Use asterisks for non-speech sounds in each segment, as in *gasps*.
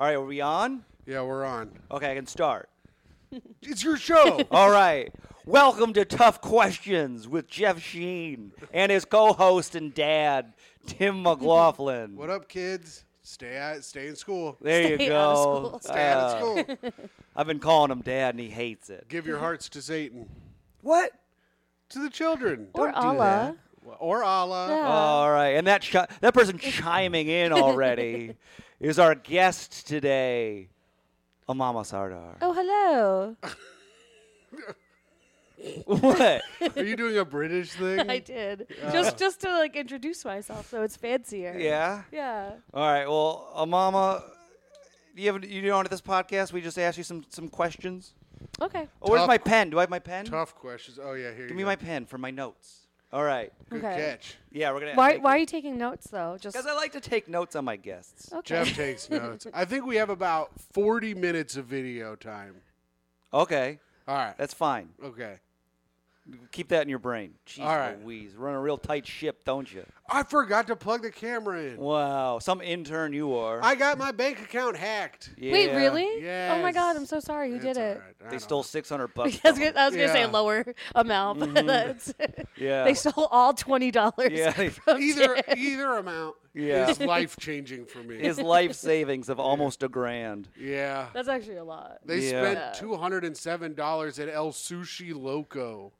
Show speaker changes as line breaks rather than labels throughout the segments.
All right, are we on?
Yeah, we're on.
Okay, I can start.
It's
*laughs*
your show.
All right. Welcome to Tough Questions with Jeff Sheen and his co-host and dad, Tim McLaughlin.
what up, kids? Stay at, stay in school.
There you
Stay
go.
out of school.
Stay out
Uh,
of school.
I've been calling him dad, and he hates it.
Give your hearts to Satan,
What?
to the children,
Or
Don't do
Allah.
or Allah.
Yeah.
All right, and that shi- that person chiming in
*laughs*
already is our guest today, Amama Sardar.
Oh, hello. Oh.
*laughs* What?
Are you doing
*laughs*
a British thing?
*laughs* *laughs* I did. Just just to like introduce myself so it's fancier.
yeah.
Yeah.
All right. Well, Amama, do you have you know on this podcast we just asked you some some questions.
Okay.
Oh, where's
Tough-
my pen? Do I have my pen?
Tough questions. Oh yeah, here
Give
you
me
go.
my pen for my notes. All right.
Good
*laughs*
Okay.
catch.
Yeah, we're gonna.
Why why are you taking notes though? Just
Because I like to take notes on my guests.
okay.
Jeff
*laughs*
takes notes. I think we have about 40 minutes of video time.
Okay,
All right.
that's fine.
okay.
Keep that in your brain. Jeez
All right.
Louise, run a real tight ship, don't you?
I forgot to plug the camera in.
Wow, some intern you are.
I got my bank account hacked.
Yeah.
Wait, really? Oh my god,
Yes.
I'm so sorry. Who
It's
did
all
it?
right. I
They
don't
stole
know.
six hundred bucks.
*laughs* I
from
was gonna,
him.
I was gonna say
Yeah.
lower amount, but that's,
Mm-hmm. Yeah.
they stole all twenty dollars.
Yeah, they- *laughs*
from
either
Jeff.
either amount.
Yeah.
is life changing for me.
His life savings of almost a grand.
yeah.
*laughs* That's actually a lot.
They
Yeah.
spent two hundred and seven dollars at El Sushi Loco.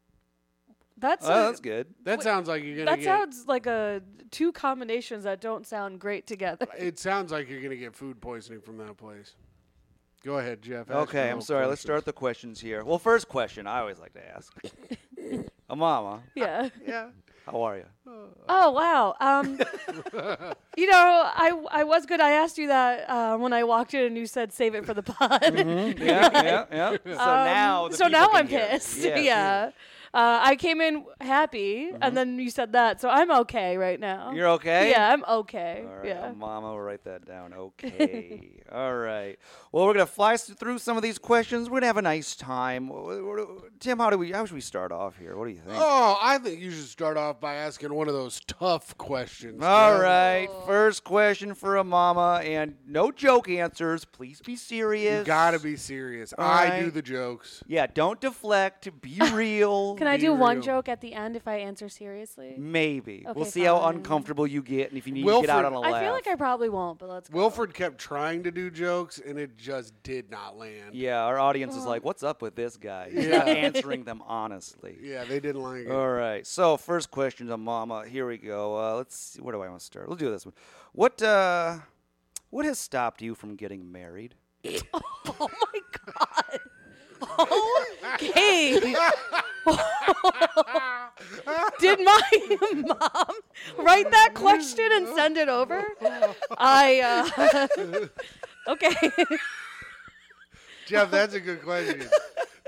That's
Oh,
a-
that's good.
That sounds like you're gonna
that
get.
sounds like a two combinations that don't sound great together.
it sounds like you're gonna get food poisoning from that place. Go ahead, Jeff. ask
Okay,
your
I'm
little
sorry. Let's
questions.
start the questions here. Well, first question I always like to
*laughs*
ask. Amama,
*laughs* Yeah.
Yeah.
how are you?
Oh wow.
*laughs*
Um, you know, I I was good. I asked you that uh, when I walked in, and you said save it for the pod.
yeah, yeah, yeah. Mm-hmm. *laughs* So
*laughs* Um,
now, the
so
people
now
can
I'm
hear.
pissed. *laughs*
Yes,
yeah. Uh, I came in happy, and then you said that, so I'm okay right now.
Mm-hmm. You're okay?
Yeah, I'm okay.
All right,
yeah.
Mama, will write that down. Okay. *laughs* All right. Well, we're gonna fly s- through some of these questions. We're gonna have a nice time. Wh- wh- wh- Tim, how do we? How should we start off here? What do you think? All
Oh, I think you should start off by asking one of those tough questions.
right.
Jeff.
First question for a mama, and no joke answers. Please be serious.
You gotta be serious.
All
I do
right.
the jokes.
Yeah. Don't deflect. Be real.
*laughs* Can I
Be
do one
real.
joke at the end if I answer seriously?
Maybe. we'll
Okay,
see how
fine.
uncomfortable you get, and if you need to get out
Wilfred-
on a laugh.
I feel like I probably won't, but let's go.
Wilfred kept trying to do jokes and it just did not land.
Yeah, our audience is like, "What's up with this guy?" He's not
Yeah.
answering them *laughs* honestly.
Yeah, they didn't like it.
All right. So first question to Mama. Here we go. Uh, let's see. Where do I want to start? We'll do this one. What uh, what has stopped you from getting married?
Oh my god. Okay. Did my mom write that question and send it over? I uh *laughs* Okay.
Jeff, that's a
*laughs*
good question.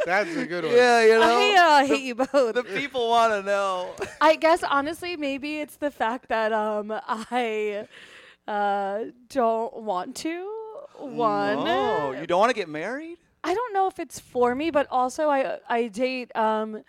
That's a good one.
you
I uh, hate you both.
the people want to know.
I guess honestly maybe it's the fact that um I uh don't want to
*laughs*
one.
Oh, you don't want to get married?
I don't know if it's for me, but also I I date um,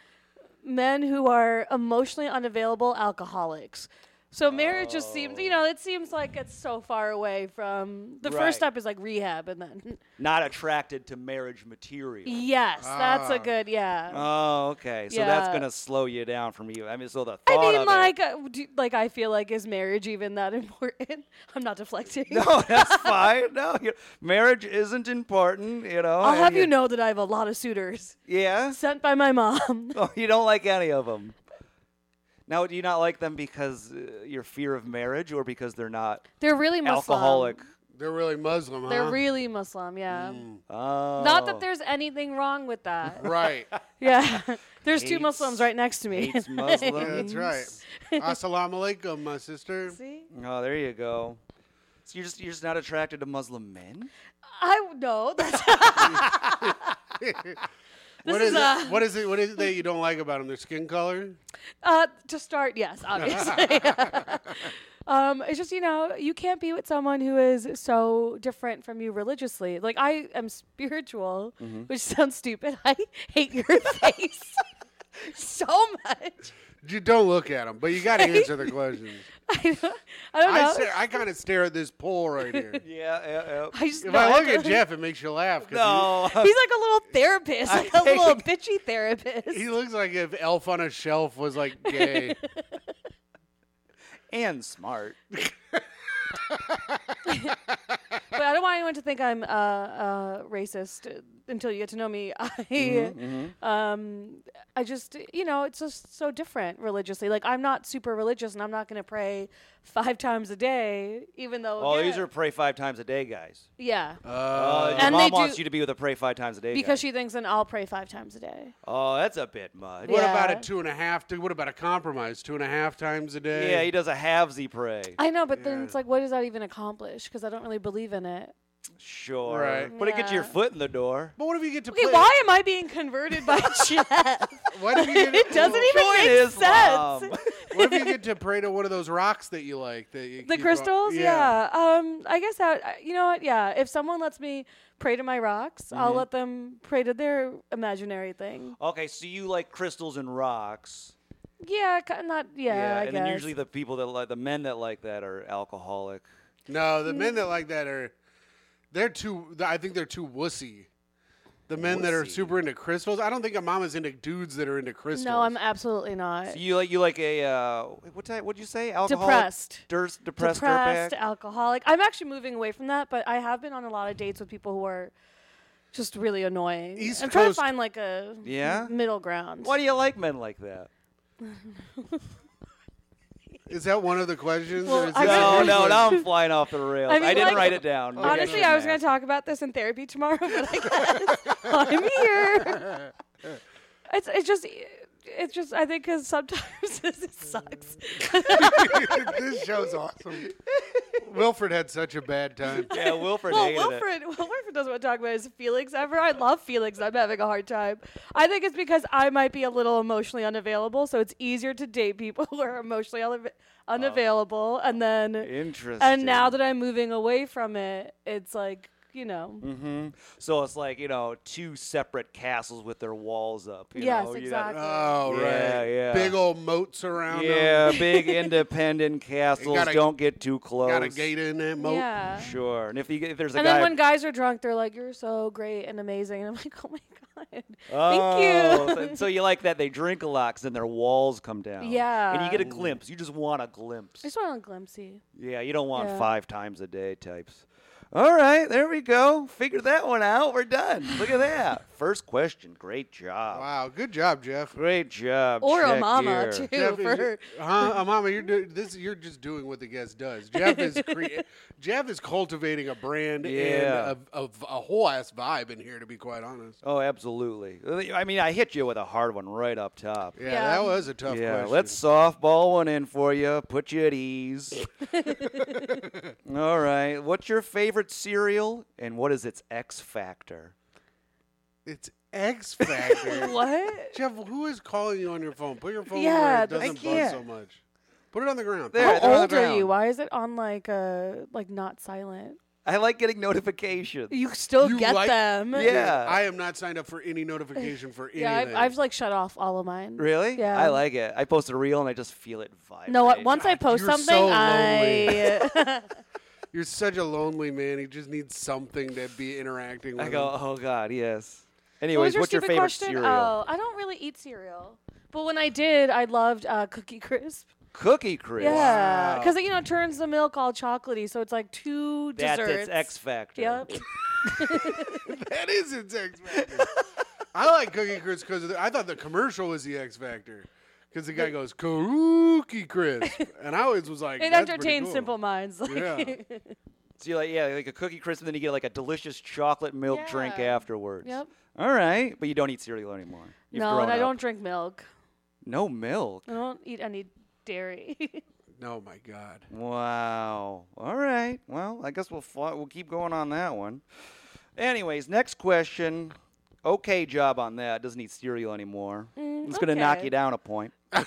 men who are emotionally unavailable alcoholics. So marriage just seems, you know, it seems like it's so far away from the
Right.
first step is like rehab, and then
Not attracted to marriage material.
yes, that's
Ah.
a good yeah.
Oh, okay. So that's
Yeah.
gonna slow you down from you. I mean, so the
I
thought
mean,
of *laughs*
like,
it.
uh, do, like I feel like is marriage even that *laughs* important? I'm not deflecting.
No, Oh, that's fine. No, you marriage isn't important. You know.
I'll
and
have you know that I have a lot of suitors *laughs*
Yeah.
sent by my mom.
*laughs* Oh, you don't like any of them. Now, do you not like them because uh, your fear of marriage, or because they're not
*laughs* They're really Muslim.
alcoholic?
They're really Muslim, huh?
They're really Muslim. Yeah.
Oh.
Not that there's anything wrong with that.
*laughs*
right.
Yeah. *laughs* There's two
Hates-
Muslims right next to me. *laughs*
hates
Yeah,
Muslims.
that's right. *laughs* Assalamu alaikum, my sister.
See?
Oh, there you go. So you're just you're just not attracted to Muslim men.
I *laughs* know. That's
*laughs* What
This
is,
is
it? What is it? What is it that you don't like about them? Their skin color?
uh, to start,
*laughs*
yes, obviously. *laughs* um, it's just, you know, you can't be with someone who is so different from you religiously. Like
Mm-hmm.
*laughs* I am spiritual, which sounds stupid. I hate your *laughs* face. so much. *laughs*
You don't look at them, but you got to answer the *laughs* questions.
I don't, I don't know.
I, stare, I kind of stare at this pole right here. *laughs*
Yeah, yeah, yeah.
I just
If
no,
I look
don't-
at Jeff, it makes you laugh. 'cause
No.
*laughs* he's like a little therapist,
I
like a
think-
little bitchy therapist.
He, he looks like if Elf on a Shelf was *laughs* like gay.
and smart.
but I don't want anyone to think I'm uh, uh, racist uh, until you get to know me. *laughs* I,
Mm-hmm,
um, I just, you know, it's just so different religiously. Like I'm not super religious, and I'm not going to pray five times a day, even though.
Oh,
yeah,
these are pray five times a day guys.
yeah.
Uh, your
And
mom
they do-
wants you to be with a pray five times a day.
because
guy.
she thinks, then I'll pray five times a day.
oh, that's a bit much.
What
Yeah,
Yeah.
about a two and a half? Dude, what about a compromise? Two and a half times a day?
he does a halvesy pray.
I know, but then
Yeah.
it's like, what does that even accomplish? Because I don't really believe in it.
Sure,
Right.
but it gets your
Yeah.
foot in the door.
But what if you get to
Okay,
play?
why am I being converted by *laughs* Jeff?
*laughs*
What *laughs* if you get,
It doesn't even
Join
make
Islam.
sense.
What *laughs* if you get to pray to one of those rocks that you like? That you
The
keep on-
crystals, yeah. Um, I guess that I- you know what, yeah. If someone lets me pray to my rocks, I'll let them pray to their imaginary thing.
Okay, so you like crystals and rocks.
Yeah, ki- not yeah. I
and
guess.
then usually the people that like the men that like that are alcoholic.
No, the men that like that are, they're too. th- I think they're too wussy. The men that are
Wussy.
super into crystals. I don't think a mom is into dudes that are into crystals.
no, I'm absolutely not.
So you like you like a uh, what type? What'd you say? Alcoholic,
Depressed.
durs- depressed,
Depressed,
dirtbag?
alcoholic. I'm actually moving away from that, but I have been on a lot of dates with people who are just really annoying.
East
I'm trying to
Coast-
find like a
Yeah?
middle ground.
Why do you like men like that?
Is that one of the questions?
Well,
or is
I
that the
No,
first
really-
no,
*laughs*
one?
now I'm flying off the rails. I,
I mean,
didn't
like-
write it down. Maybe
Honestly,
should
I was going
have.
to talk about this in therapy tomorrow, *laughs* but I guess I'm here. It's it's just it's just I think because sometimes *laughs*
*laughs*
it sucks.
*laughs* this show's awesome. Wilfred had such a bad time.
*laughs*
Yeah, Wilfred
well,
hated it.
Wilfred, well, Wilfred doesn't want to talk about his feelings ever. I love feelings. I'm having a hard time. I think it's because I might be a little emotionally unavailable, so it's easier to date people *laughs* who are emotionally unava- unavailable, and then
Oh. Interesting.
and now that I'm moving away from it, it's like you know.
Mm-hmm. so it's like you know two separate castles with their walls up. You
Yes,
know, you got-
exactly.
Oh right,
Yeah, yeah.
Big old moats around. *laughs*
Yeah, big independent castles.
gotta-
don't get too close.
them. got a gate in that moat.
Yeah.
Sure, and if, you, get- if there's a
And
guy,
then when guys are drunk, they're like, "You're so great and amazing," *laughs* and I'm like, "Oh my god,
Oh,
*laughs* thank
So,
you."
so you like that they drink a lot, 'cause then their walls come down. and you
Yeah.
get a glimpse. You just want a glimpse.
I just want a glimpsey.
Yeah, you don't want
Yeah.
five times a day types. All right, there we go. Figure that one out. We're done. Look at that.
*laughs*
First question. Great job.
Wow, good job, Jeff.
Great job.
Or a
Check
mama
here.
too.
Jeff, is
For,
you- huh, uh, Mama, you're do, this. You're just doing what the guest does. Jeff is crea- Jeff is cultivating a brand
Yeah.
and a, a, a whole ass vibe in here. To be quite honest,
Oh, absolutely. I mean, I hit you with a hard one right up top.
yeah,
Yeah.
that was a tough
Yeah,
question.
let's softball one in for you. Put you at
*laughs*
ease. All right. What's your favorite cereal and what is its X factor?
It's X
*laughs*
Factor.
what?
Jeff, who is calling you on your phone? Put your phone
Yeah,
where it
th- I
doesn't buzz
can't.
so much. Put it on the ground.
There.
How
they're on the
old are you?
ground.
Why is it on like uh like not silent?
I like getting notifications.
You still
You
get
like-
them.
Yeah.
I am not signed up for any notification for anything.
Yeah, I've, I've like shut off all of mine.
Really?
Yeah.
I like it. I posted a reel and I just feel it vibrate.
No, I- once I post
you're so
something,
*laughs*
I *laughs*
You're such a lonely man. He just needs something to be interacting with.
I go,
him.
oh God, yes.
What was
Anyways,
your
what's your
stupid
favorite
question?
cereal?
Oh, I don't really eat cereal, but when I did, I loved uh, Cookie Crisp.
Cookie crisp.
Yeah,
Wow.
because you know it turns the milk all chocolatey, so it's like two
That's
desserts.
its X factor. *laughs*
Yep.
That is its X Factor. *laughs* I like Cookie Crisp because I thought the commercial was the X Factor. Because the guy goes, Cookie Crisp. And I always was like,
It
That's pretty
entertains
cool.
simple minds. Like, *laughs*
Yeah.
So you like yeah, like a cookie crisp, and then you get like a delicious chocolate milk drink
Yeah.
afterwards.
Yep.
All right, but you don't eat cereal anymore. You've
no,
grown
and I
up.
don't drink milk.
No milk.
I don't eat any dairy.
No, my God.
Wow. All right. Well, I guess we'll fly, we'll keep going on that one. Anyways, next question. Okay, job on that. Doesn't eat cereal anymore.
Mm,
it's gonna knock
okay.
you down a
*laughs*
point.
*laughs*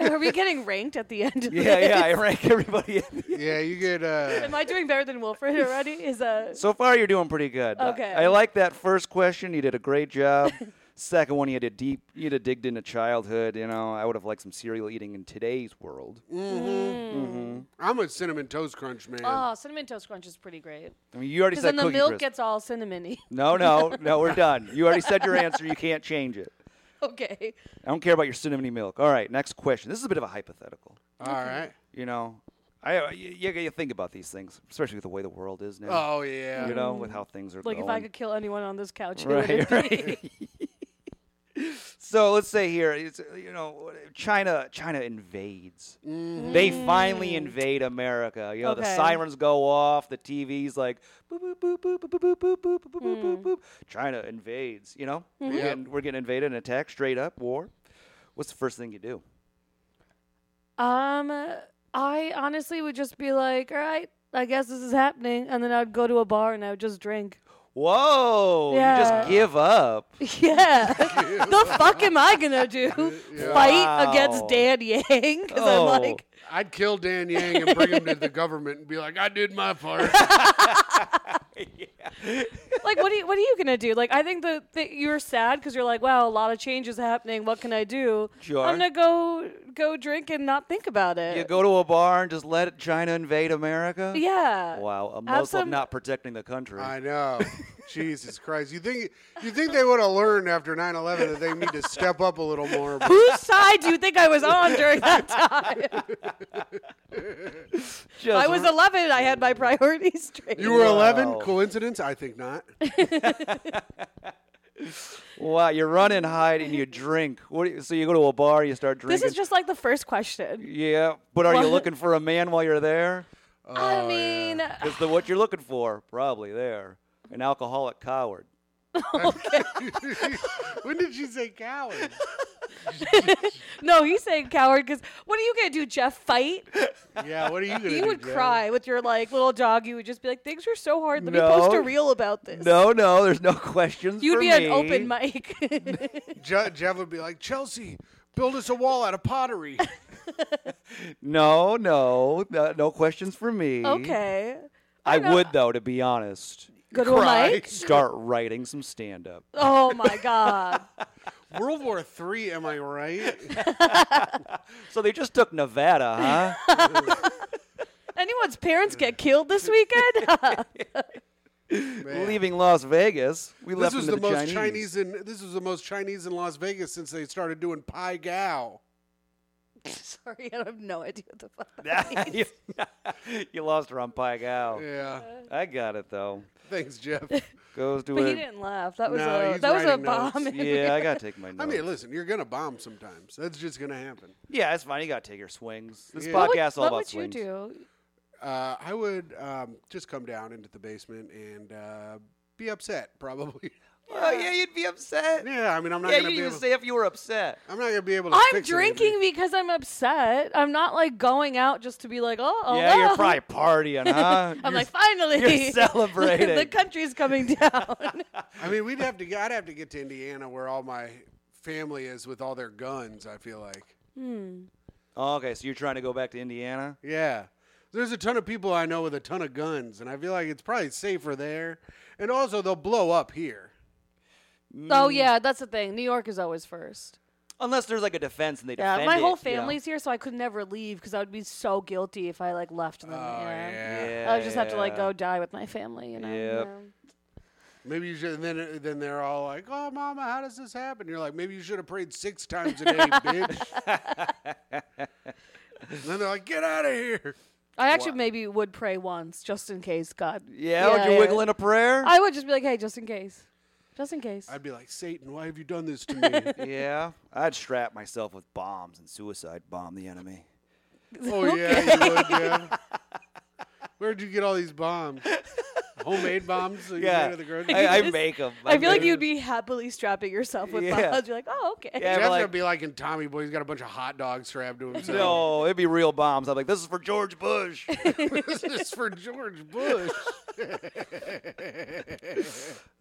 Are we getting ranked at the end?
*laughs*
Of
Yeah,
this?
yeah. I rank everybody. in.
Yeah, you get. Uh,
*laughs* Am I doing better than Wilfred already? Is a
*laughs* So far, you're doing pretty good. I-
Okay. *laughs*
I, like that first question. You did a great job. Second one, you had to deep, you had to dig into childhood. You know, I would have liked some cereal eating in today's world.
mm-hmm. I'm a cinnamon toast crunch man.
Oh, cinnamon toast crunch is pretty great.
I mean, you already
Because
said
then the
Cookie
milk
Crisp.
gets all cinnamony. *laughs*
no, no, no. We're done. You already said your answer. You can't change it.
okay.
I don't care about your cinnamony milk. All right, next question. This is a bit of a hypothetical.
All right.
You know, I uh, y- you, you think about these things, especially with the way the world is now.
Oh yeah.
You know, with how things are
Like
going.
if I could kill anyone on this couch, who would
right, *laughs*
it be?
right. so let's say here, it's, uh, you know, China China invades. They finally invade America. You know, the
Mm-hmm. Okay.
sirens go off, the TV's like boop boop boop boop boop boop boop boop boop boop
Mm.
boop boop. China invades. You know,
Mm-hmm.
we're,
Yep.
getting, we're getting invaded and attacked straight up war. What's the first thing you do?
Um, I honestly would just be like, all right, I guess this is happening, and then I'd go to a bar and I would just drink.
Whoa! You just
Yeah.
give
*laughs*
up.
Yeah. the fuck am I
*laughs*
gonna do? Fight against
Wow.
Dan Yang? Because
Oh.
I'm like,
I'd kill Dan Yang and bring him to the government and be like, I did my *laughs* part.
like what are you, what are you gonna do? Like I think that that you're sad because you're like, wow, a lot of change is happening. What can I do?
Sure.
I'm gonna go go drink and not think about it.
You go to a bar and just let China invade America.
yeah.
Wow, a
Have
Muslim
some-
not protecting the country.
I know. Jesus Christ. You think you think they would have learned after 9/11 that they need to step up a little *laughs* more? but-
Whose side do you think I was on
*laughs*
during that time?
Just
I was
r-
11. I had my priorities *laughs* straight.
You were 11?
Wow.
Coincidence? I
*laughs*
think not.
*laughs*
*laughs*
wow. You run and hide and you drink. What do you, so you go to a bar, you start drinking.
This is just like the first question.
yeah, but are you
What?
looking for a man while you're there?
Oh,
I mean,
Because the what you're looking for probably there an alcoholic coward.
when did she say coward?
no, he's saying coward because what are you gonna do, Jeff? Fight?
Yeah, what are you going to do?
You would
Jeff?
cry with your like little dog. You would just be like, things are so hard. Let
No.
me post a reel about this.
No, no, there's no *laughs* questions.
You'd
for
be
me.
an open mic.
*laughs*
Je- Jeff would be like, Chelsea, build us a wall out of pottery.
*laughs* No, no, no, no questions for me.
okay.
I,
know-
would though, to be honest.
Go to a
Cry.
*laughs*
mic.
Start writing some stand up.
Oh my god.
World War Three, am I right?
So they just took
*laughs*
Nevada, huh?
Anyone's parents get killed this weekend? *laughs*
*laughs*
Man.
Leaving Las Vegas. We
This
left
was
them
the,
to the
most
*laughs*
Chinese. in this was the most Chinese in Las Vegas since they started doing Pai Gao.
Sorry, I have no idea what the fuck.
you, *laughs* you lost her on Pike Owl.
Yeah.
I got it though.
Thanks,
*laughs*
Jeff.
Goes to
But he
it.
didn't laugh. That was
No,
a
he's
that was a
writing notes.
bomb.
*laughs* Yeah, I gotta take my notes.
*laughs* I mean, listen, you're gonna bomb sometimes. That's just gonna happen.
yeah, it's fine. You gotta take your swings. This
Yeah.
What
podcast
would,
all
what
about
would
swings.
you do?
Uh, I would um, just come down into the basement and uh, be upset, probably. *laughs*
Oh yeah, you'd be upset.
yeah, I mean, I'm not
yeah, you
gonna
didn't
be
even
able.
say if you were upset.
I'm not gonna be able to.
I'm
fix
drinking
anything.
because I'm upset. I'm not like going out just to be like, oh, oh
yeah,
wow."
you're probably partying, huh?
*laughs* I'm
You're-
like, finally, *laughs*
you're celebrating.
the country's coming
*laughs*
down.
I mean, we'd have to. I'd have to get to Indiana where all my family is with all their guns. I feel like.
oh, okay, so you're trying to go back to Indiana?
Yeah. There's a ton of people I know with a ton of guns, and I feel like it's probably safer there. And also, they'll blow up here.
oh yeah, that's the thing. New York is always first.
Unless there's like a defense and they
Yeah,
defend
my
it,
whole
you know.
family's here, so I could never leave because I would be so guilty if I like left them. yeah.
Oh, Yeah,
I would just have to like
yeah.
go die with my family, you know.
Yep.
yeah.
Maybe you should. And then, then they're all like, "Oh, mama, how does this happen?" You're like, "Maybe you should have prayed six times a
*laughs*
day, bitch." and then they're like, "Get out of here!"
I actually maybe would pray once just in case God.
Yeah, would you wiggle in a prayer?
I would just be like, hey, just in case, just in case.
I'd be like, "Satan, why have you done this to me?"
*laughs* yeah, I'd strap myself with bombs and suicide bomb the enemy. *laughs*
oh yeah, you would. Yeah. Where'd you get all these bombs? Homemade bombs? that you made
Yeah,
at the grocery store?
I, I make them.
I feel like you'd be happily strapping yourself with
Yeah.
bombs. You're like, oh, okay.
Yeah,
Jeff's
but
gonna
like-
be like in Tommy Boy. He's got a bunch of hot dogs strapped to himself.
No, it'd be real bombs. I'm like, this is for George
*laughs*
Bush.
*laughs* this is for George Bush.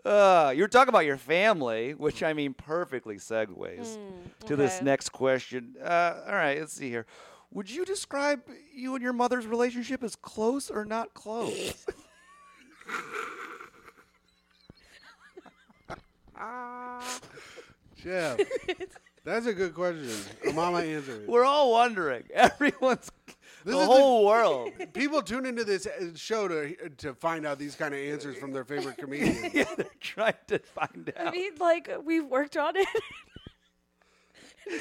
uh, you're talking about your family, which I mean perfectly segues to this
Hmm, okay.
next question. Uh, all right, let's see here. Would you describe you and your mother's relationship as close or not close?
*laughs*
*laughs*
Jeff? That's a good question. Mama answer it.
We're all wondering. *laughs* Everyone's the
is the-
whole
*laughs*
world.
People tune into this uh, show to to find out these kind of answers from their favorite comedian.
*laughs* yeah, they're trying to find
*laughs* I
out.
mean, like we've worked on it. *laughs*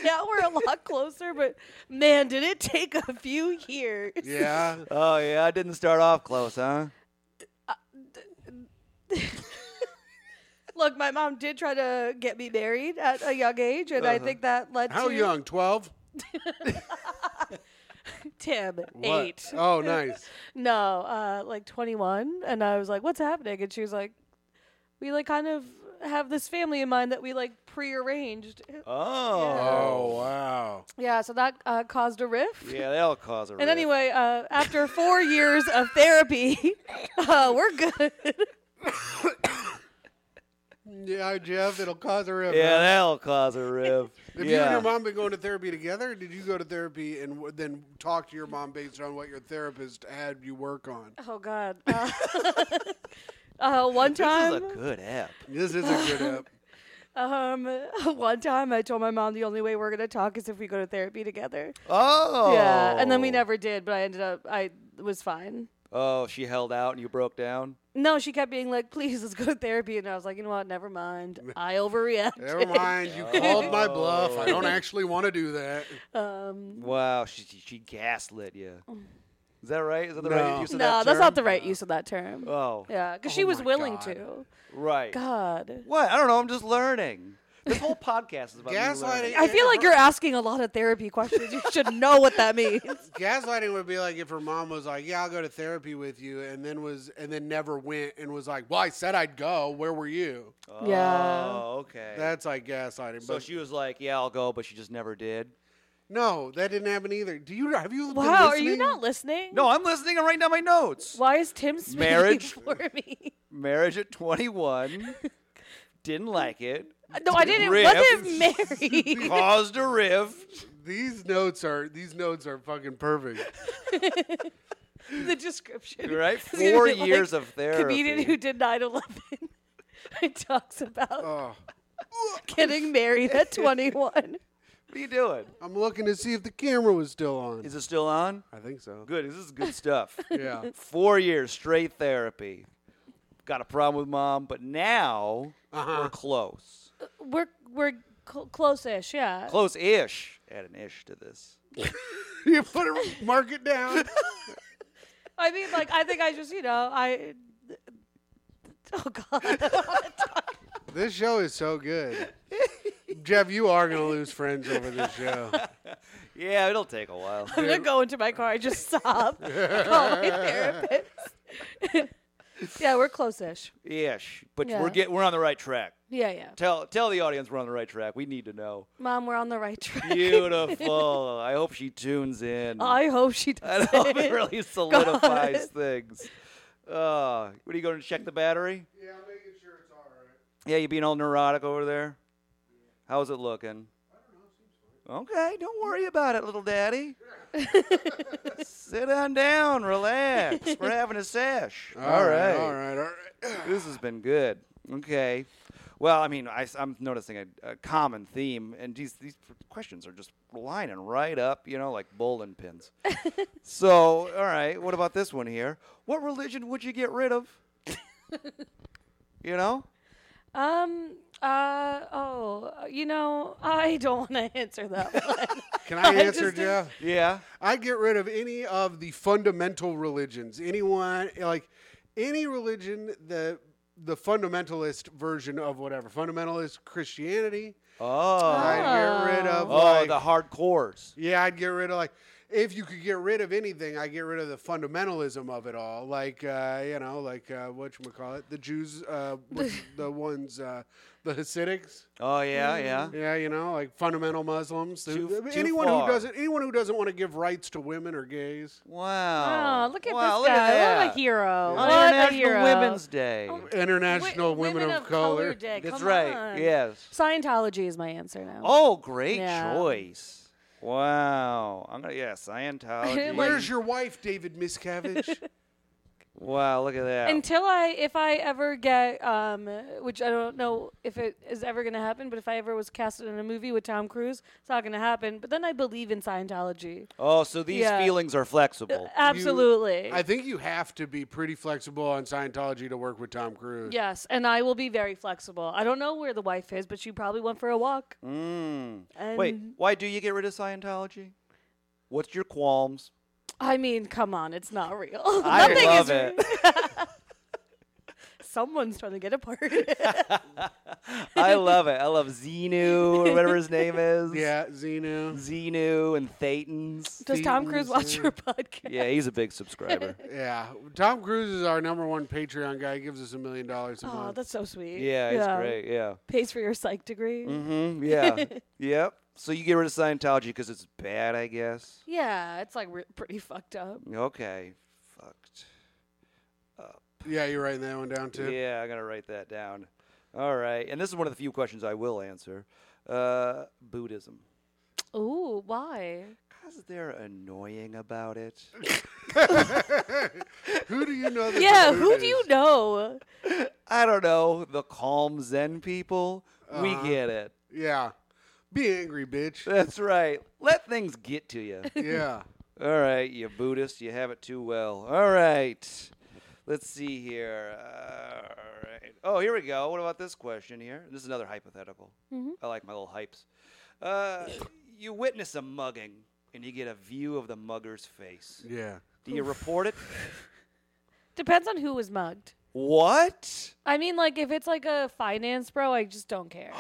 now we're a lot *laughs* closer, but man, did it take a few years?
yeah.
Oh yeah, I didn't start off close, huh?
Look, my mom did try to get me married at a young age, and
Uh-huh.
I think that led
How
to
young? Twelve.
Tim
What?
eight.
Oh, nice.
No, uh, like 21. And I was like, what's happening? And she was like, we like kind of have this family in mind that we like prearranged.
*laughs* Oh.
Oh, wow.
Yeah, so that uh, caused a rift.
Yeah, they all cause a rift.
And anyway, uh, after four years of therapy, *laughs* uh, we're good.
Yeah, Jeff. It'll cause a rift.
Yeah,
huh?
that'll cause a
*laughs*
rift.
Have you
yeah.
and your mom been going to therapy together? Did you go to therapy and w- then talk to your mom based on what your therapist had you work on?
oh, God. *laughs* Uh, uh, one time.
This is a good app.
This
*laughs*
is a good app.
Um, *laughs* one time I told my mom the only way we're gonna talk is if we go to therapy together.
Oh.
Yeah, and then we never did, but I ended up I was fine.
Oh, she held out and you broke down.
No, she kept being like, "Please, let's go to therapy," and I was like, "You know what? Never mind.
*laughs*
I overreacted." *laughs*
Never mind. You called my bluff. I don't
Oh.
actually want to do that.
Um,
Wow, she she- she gaslit you. Is that right? Is that the
No.
right use
Mm. no,
of that
that's not the
term? Uh.
right use of that term.
Oh,
yeah, because
Oh
she was
my
willing
God.
to.
right.
God,
What? I don't know. I'm just learning. This whole podcast is about me
Gaslighting-
learning.
I feel like you're asking a lot of therapy questions. You should know what that
*laughs*
means.
Gaslighting would be like if her mom was like, "Yeah, I'll go to therapy with you," and then was and then never went and was like, "Well, I said I'd go. Where were you?"
Yeah.
Oh, okay.
That's like gaslighting.
so
but
she was like, "Yeah, I'll go," but she just never did.
no, that didn't happen either. Do you have you? been
Wow, are you
listening?
not listening?
No, I'm listening. I'm writing down my notes.
Why is Tim speaking
Marriage.
*laughs* for
*laughs*
me?
Marriage at 21.
*laughs*
Didn't like it.
No, I didn't.
*laughs*
Wasn't married.
Caused a rift.
These notes are these notes are fucking perfect.
the description.
Right?
*laughs* It's gonna
Four
be like
years of therapy.
Comedian who did 9/11. *laughs* it talks about
Oh,
*laughs* getting married at 21.
What are you doing?
I'm looking to see if the camera was still on.
Is it still on?
I think so.
Good. This is
*laughs*
good stuff.
*laughs* Yeah.
Four years straight therapy. Got a problem with mom, but now we're
Uh-huh.
close.
We're we're cl- close-ish, yeah.
Close ish. Add an ish to this.
you put it, mark it down.
I mean, like I think I just you know I. *laughs* Oh God.
*laughs*
*laughs*
this show is so good. Jeff, you are gonna lose friends over this *laughs* show.
Yeah, it'll take a
*laughs*
while.
I'm gonna go into my car. I just sob. call my therapist. *laughs* yeah, we're close-ish.
ish. But
Yeah.
we're get we're on the right track.
Yeah, yeah.
Tell tell the audience we're on the right track. We need to know.
Mom, we're on the right track.
Beautiful. I hope she tunes in.
*laughs* I hope she
*laughs* I
does.
hope
*laughs*
it *laughs* really solidifies things. Uh, what are you going to check the battery?
Yeah, I'm making sure it's all right.
Yeah, you being all neurotic over there. How's it looking? Okay, don't worry about it, little daddy. Sit on down, relax. We're having a sesh.
all right, all right.
This has been good. Okay. Well, I mean, I, am noticing a, a common theme, and these these questions are just lining right up, you know, like bowling
*laughs*
pins. so, all right, what about this one here? What religion would you get rid of? you know?
Um. Uh. Oh. You know, I don't want to answer that *laughs* one.
Can *laughs* I
I
answer,
just-
Jeff?
Yeah.
I get rid of any of the fundamental religions. Anyone like any religion the the fundamentalist version of whatever fundamentalist Christianity.
Oh.
I'd get rid of
Oh,
like,
the hardcores.
Yeah, I'd get rid of like if you could get rid of anything, I get rid of the fundamentalism of it all. Like uh, you know, like uh, what you call it, the Jews, uh, what's the ones, uh, the Hasidics.
Oh
Mm.
yeah, yeah.
Yeah, you know, like fundamental Muslims. who-
Too- too
anyone
far.
who doesn't, anyone who doesn't want to give rights to women or gays.
Wow.
Oh, look at
wow,
this
look
guy!
At
What
that.
a hero!
On
What a
International
hero!
Women's Day.
International
Wi-
Women, of, Color.
Day.
That's
come
right.
on.
Yes.
Scientology is my answer now.
Oh, great
Yeah.
choice.
*laughs*
Wow. I'm gonna yeah, Scientology.
Where's your wife, David Miscavige?
Wow, look at that.
Until I, if I ever get, um, which I don't know if it is ever going to happen, but if I ever was casted in a movie with Tom Cruise, it's not going to happen. But then I believe in Scientology.
oh, so these
Yeah.
feelings are
*laughs*
flexible.
Absolutely.
I think you have to be pretty flexible on Scientology to work with Tom Cruise.
yes, and I will be very flexible. I don't know where the wife is, but she probably went for a walk.
Mm.
And
Wait, why do you get rid of Scientology? What's your qualms?
I mean, come on, it's not real.
I
*laughs* Nothing
love
is real.
it.
Someone's trying to get a part.
*laughs* I love it. I love Xenu or whatever his name is.
Yeah, Xenu.
Xenu and Thetans.
Does Tom Cruise watch your
*laughs*
podcast?
Yeah, he's a big
*laughs*
subscriber.
Yeah, Tom Cruise is our number one Patreon guy. He gives us a million dollars a
Oh,
month.
that's so sweet.
Yeah, he's great. Yeah.
Pays for your psych degree.
Mm-hmm. Yeah.
*laughs*
yep. So you get rid of Scientology because it's bad, I guess.
Yeah, it's like re- pretty fucked up.
Okay. Fucked.
Yeah, you're writing that one down too.
Yeah, I gotta write that down. All right. And this is one of the few questions I will answer. Uh, Buddhism.
Ooh, why?
Cause they're annoying about it.
*laughs* Who do you know? That
Yeah, who do you know?
I don't know. The calm Zen people. We get it.
Yeah, be angry,
*laughs*
bitch.
That's right. Let things get to you.
yeah.
All right, you Buddhist, you have it too well. All right, let's see here. All right. Oh, here we go. What about this question here? This is another hypothetical.
Mm-hmm.
I like my little hypes. Uh, you witness a mugging and you get a view of the mugger's face.
Yeah.
Do you report it?
Depends on who was mugged.
What? *gasps*
I mean, like if it's like a finance bro, I just don't care.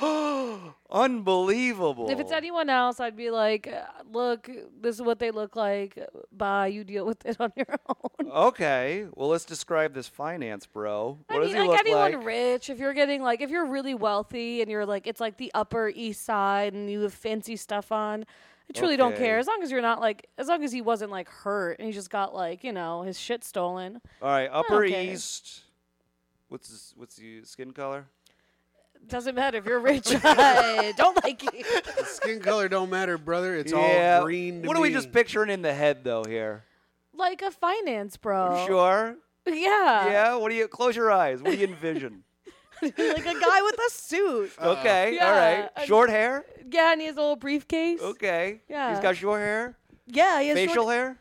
Unbelievable.
if it's anyone else, I'd be like, uh, look, this is what they look like. Bye, you deal with it on your *laughs* own.
Okay, well, let's describe this finance bro. What
I
does
mean,
he
like
look
anyone
like?
rich, if you're getting like, if you're really wealthy and you're like, it's like the Upper East Side and you have fancy stuff on, I truly don't
Okay.
care. As long as you're not like, as long as he wasn't like hurt and he just got like, you know, his shit stolen.
All right, Upper
Okay.
East. What's his, what's the skin color?
Doesn't matter if you're rich.
*laughs*
I don't like you.
Skin color don't matter, brother. It's all green. to
What are we
me.
just picturing in the head though here?
Like a finance
You
bro.
Sure.
Yeah.
Yeah. What do you close your eyes? What do you
*laughs*
envision?
*laughs* like a guy with a suit.
Uh.
okay.
Yeah,
all
I-
right. Short hair.
Yeah, and he has a little briefcase.
Okay. He's
Yeah.
got short hair.
Yeah, he has
Facial
short-
hair.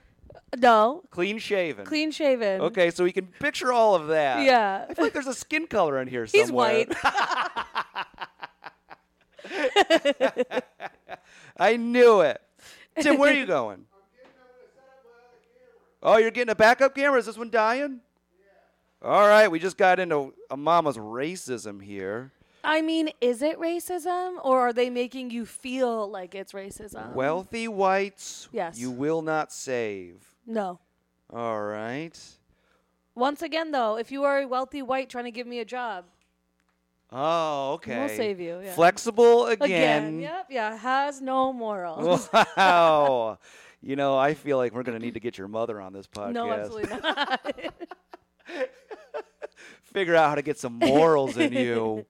No,
Clean shaven.
clean shaven.
Okay, so we can picture all of that.
Yeah.
I feel like there's a skin color in here
*laughs* He's
somewhere.
white.
*laughs* I knew it. Tim, where are
*laughs*
you going? Oh, you're getting a backup camera? Is this one dying? All right, we just got into a mama's racism here.
I mean, is it racism or are they making you feel like it's racism?
Wealthy whites,
Um, Yes.
you will not save.
no.
All right.
Once again, though, if you are a wealthy white trying to give me a job,
Oh, okay.
save you, yeah.
Flexible
again,
again.
yep, yeah, has no morals.
Wow. you know, I feel like we're going to need to get your mother on this podcast.
*laughs* no, absolutely not.
*laughs*
*laughs*
Figure out how to get some morals in
*laughs*
you.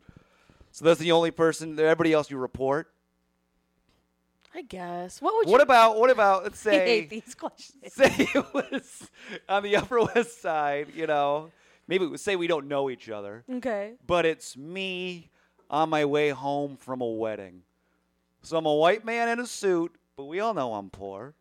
So that's the only person, everybody else you report.
I guess. What would
What
you
about, what about,
*laughs*
let's
I hate
say,
these questions?
say *laughs* it was on the Upper West Side, you know, maybe we- say we don't know each other.
Okay.
but it's me on my way home from a wedding. So I'm a white man in a suit, but we all know I'm poor.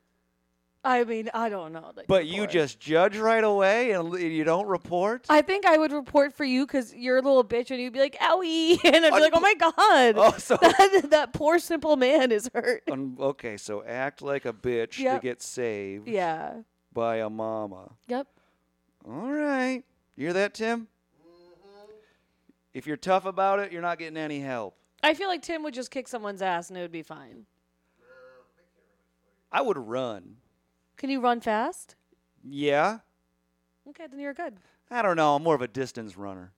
I mean, I don't know. that
But
you're
you
poor.
just judge right away and l- you don't report?
I think I would report for you because you're a little bitch and you'd be like, owie. *laughs* And I'd be like, oh my God.
Oh, so-
*laughs* that, that poor, simple man is hurt.
*laughs* Um, okay, so act like a bitch to
Yep.
get saved
Yeah.
by a mama.
Yep.
All right. You hear that, Tim?
Mm-hmm.
If you're tough about it, you're not getting any help.
I feel like Tim would just kick someone's ass and it would be fine.
I would run.
Can you run fast?
Yeah?
Okay, then you're good.
I don't know. I'm more of a distance runner.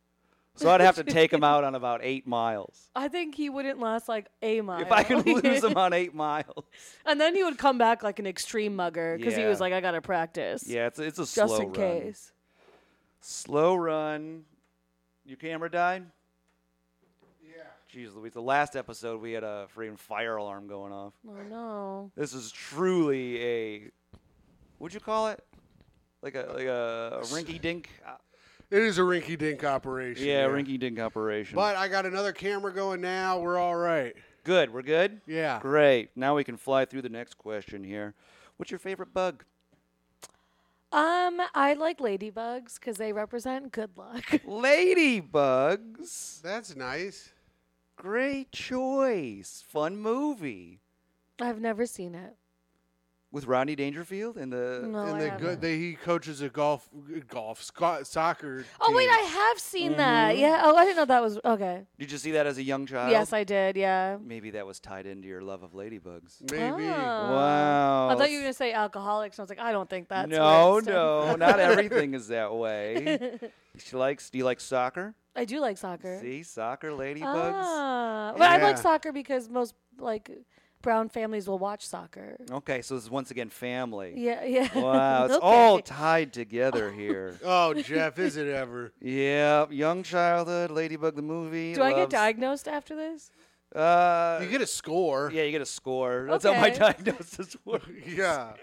So I'd have to take
*laughs*
him out on about eight miles.
I think he wouldn't last like a mile.
If I could lose
*laughs*
him on eight miles.
and then he would come back like an extreme mugger because he
Yeah.
was like, I got to practice.
Yeah, it's it's a
Just
slow
in
run.
case.
Slow run. Your camera died. Yeah. Jeez Louise, the last episode we had a freaking fire alarm going off.
Oh, no.
This is truly a. What'd you call it? like a like a rinky dink. Uh,
It is a rinky dink operation.
Yeah, rinky dink operation.
But I got another camera going now. We're all right.
good, we're good.
Yeah.
Great. Now we can fly through the next question here. What's your favorite bug?
Um, I like ladybugs because they represent good luck. *laughs*
Ladybugs.
That's nice.
Great choice. Fun movie
I've never seen it.
with Rodney Dangerfield Uh, and the.
No, Oh, I
and the
haven't.
good they, he coaches a golf golf sco- soccer.
Oh wait,
team.
I have seen
Mm-hmm.
that. Yeah. Oh, I didn't know that was okay.
Did you see that as a young child?
yes, I did. Yeah.
Maybe that was tied into your love of ladybugs.
maybe.
Oh.
Wow.
I thought you were gonna say alcoholics, and I was like, I don't think that's.
no,
where it's done.
no,
*laughs*
not everything is that way. She likes. Do you like soccer?
I do like soccer.
See, soccer ladybugs.
Ah, but I like
Yeah.
soccer because most like brown families will watch soccer.
Okay, so this is once again family.
Yeah, yeah.
Wow, it's
*laughs* Okay.
all tied together
*laughs*
here.
Oh, Jeff, is it ever?
yeah, young childhood, Ladybug the movie.
do I get
loves-
diagnosed after this?
Uh,
You get a score.
yeah, you get a score. That's how my
Okay.
*laughs* diagnosis works.
Yeah.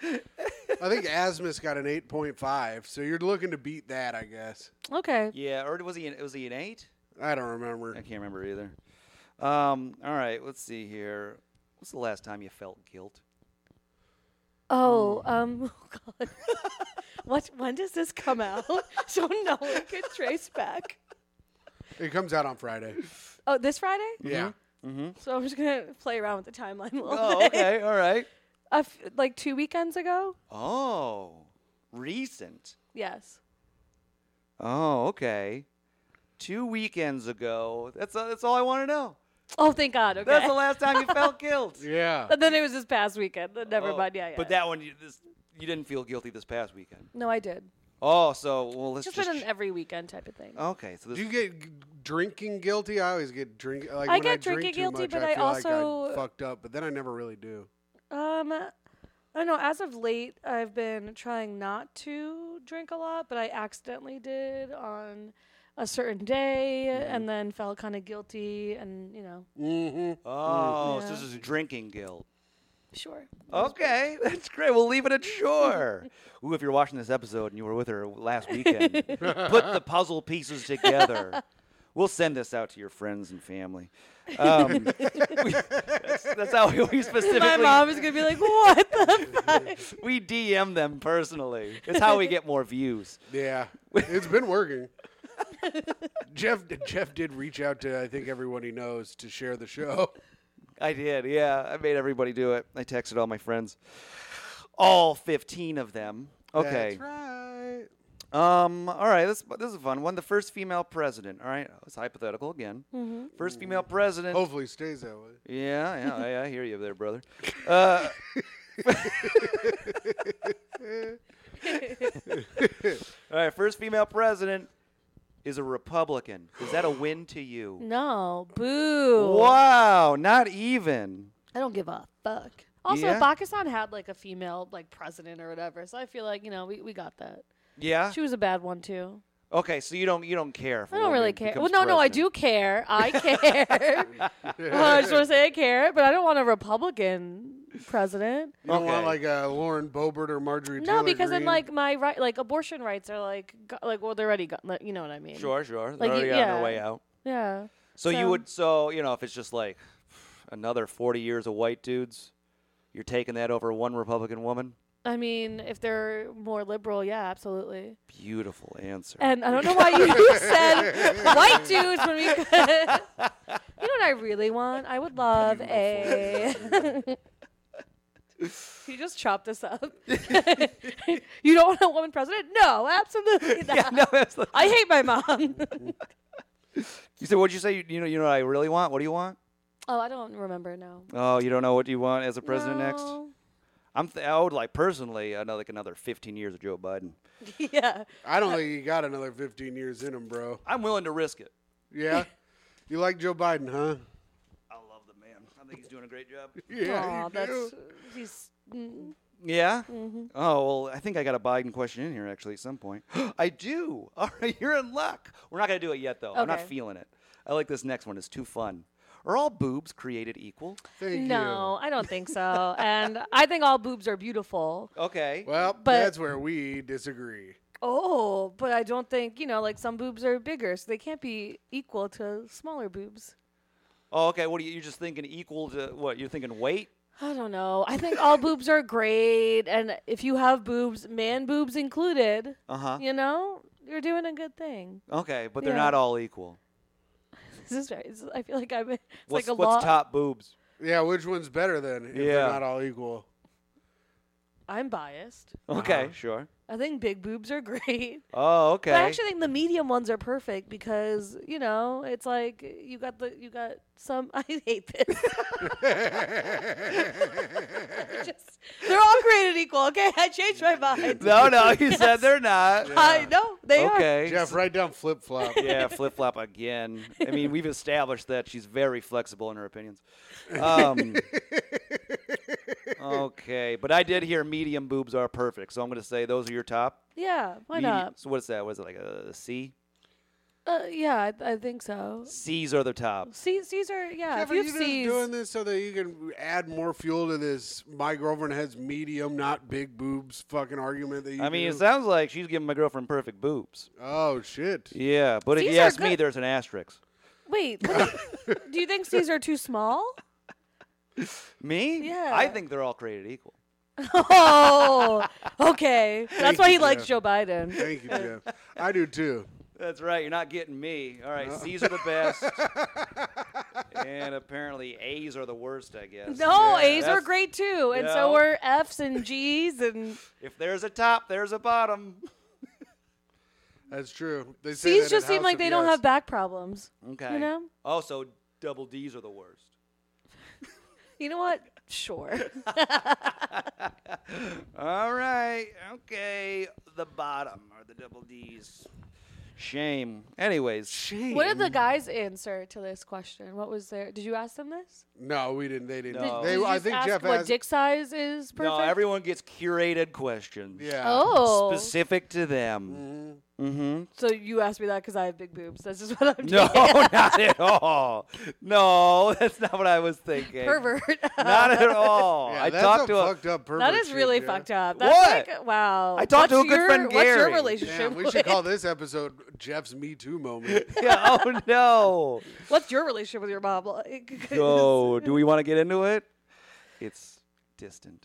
I think Asmus got an 8.5, so you're looking to beat that, I guess.
Okay.
Yeah, or was he? An, was he an eight?
I don't
I
remember.
can't remember either. Um, all right, let's see here. What's the last time you felt
*laughs*
guilt?
Oh, um, *laughs* oh God. what? When does this come out? *laughs* so no one can trace back.
It comes out on Friday.
Mm-hmm.
Oh, this Friday.
Yeah.
So I'm just gonna play around with the timeline a little
Oh,
bit.
okay, all right.
*laughs* A f- like two weekends ago.
Oh, recent.
Yes.
Oh, okay. Two weekends ago. That's uh, that's all I want to know.
Oh, thank God. Okay.
That's the last time you felt
*laughs*
guilt.
Yeah.
And *laughs* then it was this past weekend. Then Never
Oh,
mind. Yeah, yeah.
But that one, you, this, you didn't feel guilty this past weekend.
No, I did.
Oh, so well, let's
Just,
just.
been an
ch-
every weekend type of thing.
okay, so this.
Do you get g- drinking guilty? I always get drink. Like
I
when
get
I drink
drinking
too
guilty,
much,
but
I,
I
feel like
also-
I fucked up. But then I never really do.
Um, I don't know. As of late, I've been trying not to drink a lot, but I accidentally did on a certain day,
Mm-hmm.
and then felt kind of guilty, and you know,
Mm-hmm.
oh, so
Mm, Yeah.
this is drinking guilt.
sure.
Okay, *laughs* that's great. We'll leave it at sure. Ooh, if you're watching this episode and you were with her last weekend, put the puzzle pieces
*laughs*
together. We'll send this out to your friends and family.
*laughs*
Um, that's, that's how we specifically.
My mom is gonna be like, "What the fuck?"
We DM them personally. It's how we get more views.
Yeah, it's been
*laughs*
working. Jeff Jeff did reach out to I think everyone he knows to share the show.
I did, yeah. I made everybody do it. I texted all my friends, all 15 of them. Okay.
That's right.
Um. All right. This this is a fun one. The first female president. All right. It's hypothetical again.
Mm-hmm.
First female president.
Hopefully stays that way.
*laughs*
Yeah, yeah, I, I hear you there, brother. Uh, all right, first female president is a Republican. Is that a win to you?
*laughs* No, boo.
Wow, not even.
I don't give a fuck. Also,
Yeah.
Pakistan had like a female like president or whatever, so I feel like you know we, we got that.
Yeah.
She was a bad one too.
Okay, so you don't you don't care. If a
I don't really
woman
care. Well,
becomes
no, no, I do
president.
care. I *laughs* care. *laughs* well,
*laughs*
I just want to say I care, but I don't want a Republican president.
You don't want
Okay.
like a Lauren Boebert or Marjorie Taylor
no, because then
Greene?
like my right, like abortion rights are like go- like well they're already go- like, you know what I mean.
Sure, sure. They're
Like,
already
you-
on their
yeah.
way out.
Yeah.
So, you
So-
would so you know if it's just like another forty years of white dudes, you're taking that over one Republican woman.
I mean, if they're more liberal, yeah, absolutely.
Beautiful answer.
And I don't know why you said white dudes when we could. *laughs* You know what I really want? I would love a. *laughs* you just chop this up. *laughs* you don't want a woman president? No, absolutely
*laughs* *laughs*
not.
yeah, no, that's the-
I hate my mom. *laughs*
you said what'd you say? You, you know, you know what I really want. What do you want?
oh, I don't remember. No.
Oh, you don't know what you want as a president next.
No.
I'm th- I would like personally another like another 15 years of Joe Biden.
*laughs* Yeah.
*laughs* I don't think you got another 15 years in him, bro.
I'm willing to risk it.
Yeah, you like Joe Biden, huh?
I love the man. I think he's doing a great job.
Yeah,
Aw,
you
that's
do.
he's. mm,
Yeah.
Mm-hmm.
Oh well, I think I got a Biden question in here actually at some point. *gasps* I do. *laughs* All right, you're in luck. We're not gonna do it yet though. I'm not
Okay.
feeling it. I like this next one. It's too fun. Are all boobs created equal?
Thank
no, I don't think so. and I think all boobs are beautiful.
Okay.
you. Well,
But-
that's where we disagree.
Oh, but I don't think, you know, like some boobs are bigger, so they can't be equal to smaller boobs.
Oh, okay. What are you? You're just thinking equal to what? You're thinking weight?
I don't know. I think all boobs are great. And if you have boobs, man boobs included,
Uh huh.
you know, you're doing a good thing. *laughs*
Okay, but they're
Yeah.
not all equal.
This is very, this is- I feel like I'm, it's
What's,
like a
what's
law.
top boobs?
Yeah, which one's better then? If
Yeah.
they're not all equal. *laughs*
I'm biased.
Okay,
Uh-huh.
sure.
I think big boobs are *laughs* great.
Oh, okay.
But I actually think the medium ones are perfect because, you know, it's like you got the, you got some, *laughs* I hate this. I just, they're all created equal. Okay. I changed my mind.
no, no, you said
Yes.
they're
*laughs*
not.
I know they are.
Okay.
Jeff, write down flip flop. *laughs*
yeah,
*laughs*
flip flop again. I mean, we've established that she's very flexible in her opinions.
*laughs*
Um, okay, but I did hear medium boobs are perfect, so I'm going to say those are your top.
Yeah, why
Medi-
not?
So what is that? Was it like a C?
Uh, yeah, I, I think so.
C's are the top.
C- Caesar, yeah,
Jeff,
if
are
you've
you just
C's,
doing this so that you can add more fuel to this? My girlfriend has medium, not big boobs. Fucking argument that you.
I mean,
do?
it sounds like she's giving my girlfriend perfect boobs.
Oh shit!
Yeah, but if
C's
you
are
ask me,
good.
there's an asterisk.
wait, what- do you think C's are too small? *laughs*
Me?
Yeah.
I think they're all created equal.
Oh, okay. That's why
you,
he likes
Jeff.
Joe
*laughs*
Biden.
Thank you, Jeff. I do too.
That's right. You're not getting me. All right, C's are the *laughs* best. and apparently A's are the worst, I guess.
No, A's are
that's-
great too, and
Yeah.
so are F's and G's and
If there's a top, there's a bottom.
That's true. They say
C's
that
just
at
seem
House
like
of
they don't
Yes.
have back problems.
*laughs* Okay.
You know?
Also, double D's are the worst.
You know what?
*laughs*
Sure.
All right. Okay. The bottom are the double D's. Shame. Anyways. Shame.
what did the guys answer to this question? What was their? Did you ask them this?
No, we didn't. They didn't.
Did-
They,
Did you
I
just
think
ask
Jeff
what
asked.
dick size is perfect.
*laughs* No, everyone gets curated questions.
yeah.
*laughs* Oh,
Specific to them.
Mhm.
Mm-hmm.
So you asked me that because I have big boobs. That's just what
*laughs*
I'm
No, *laughs*
doing.
not at all. No, *laughs* that's not what I was thinking.
Pervert. *laughs*
Not at all.
Yeah,
I
that's
talked
a
to a.
fucked up pervert
that is
shit,
really
Jeff.
fucked up. That's
What?
like wow.
I talked to
What's
a good friend,
your- What's your
Gary.
relationship?
Damn, we
with,
should call this episode Jeff's Me Too moment.
*laughs*
*laughs*
Yeah, oh
*laughs*
no.
*laughs* What's your relationship with your mom like?
Go. Do we want to get into it? It's distant.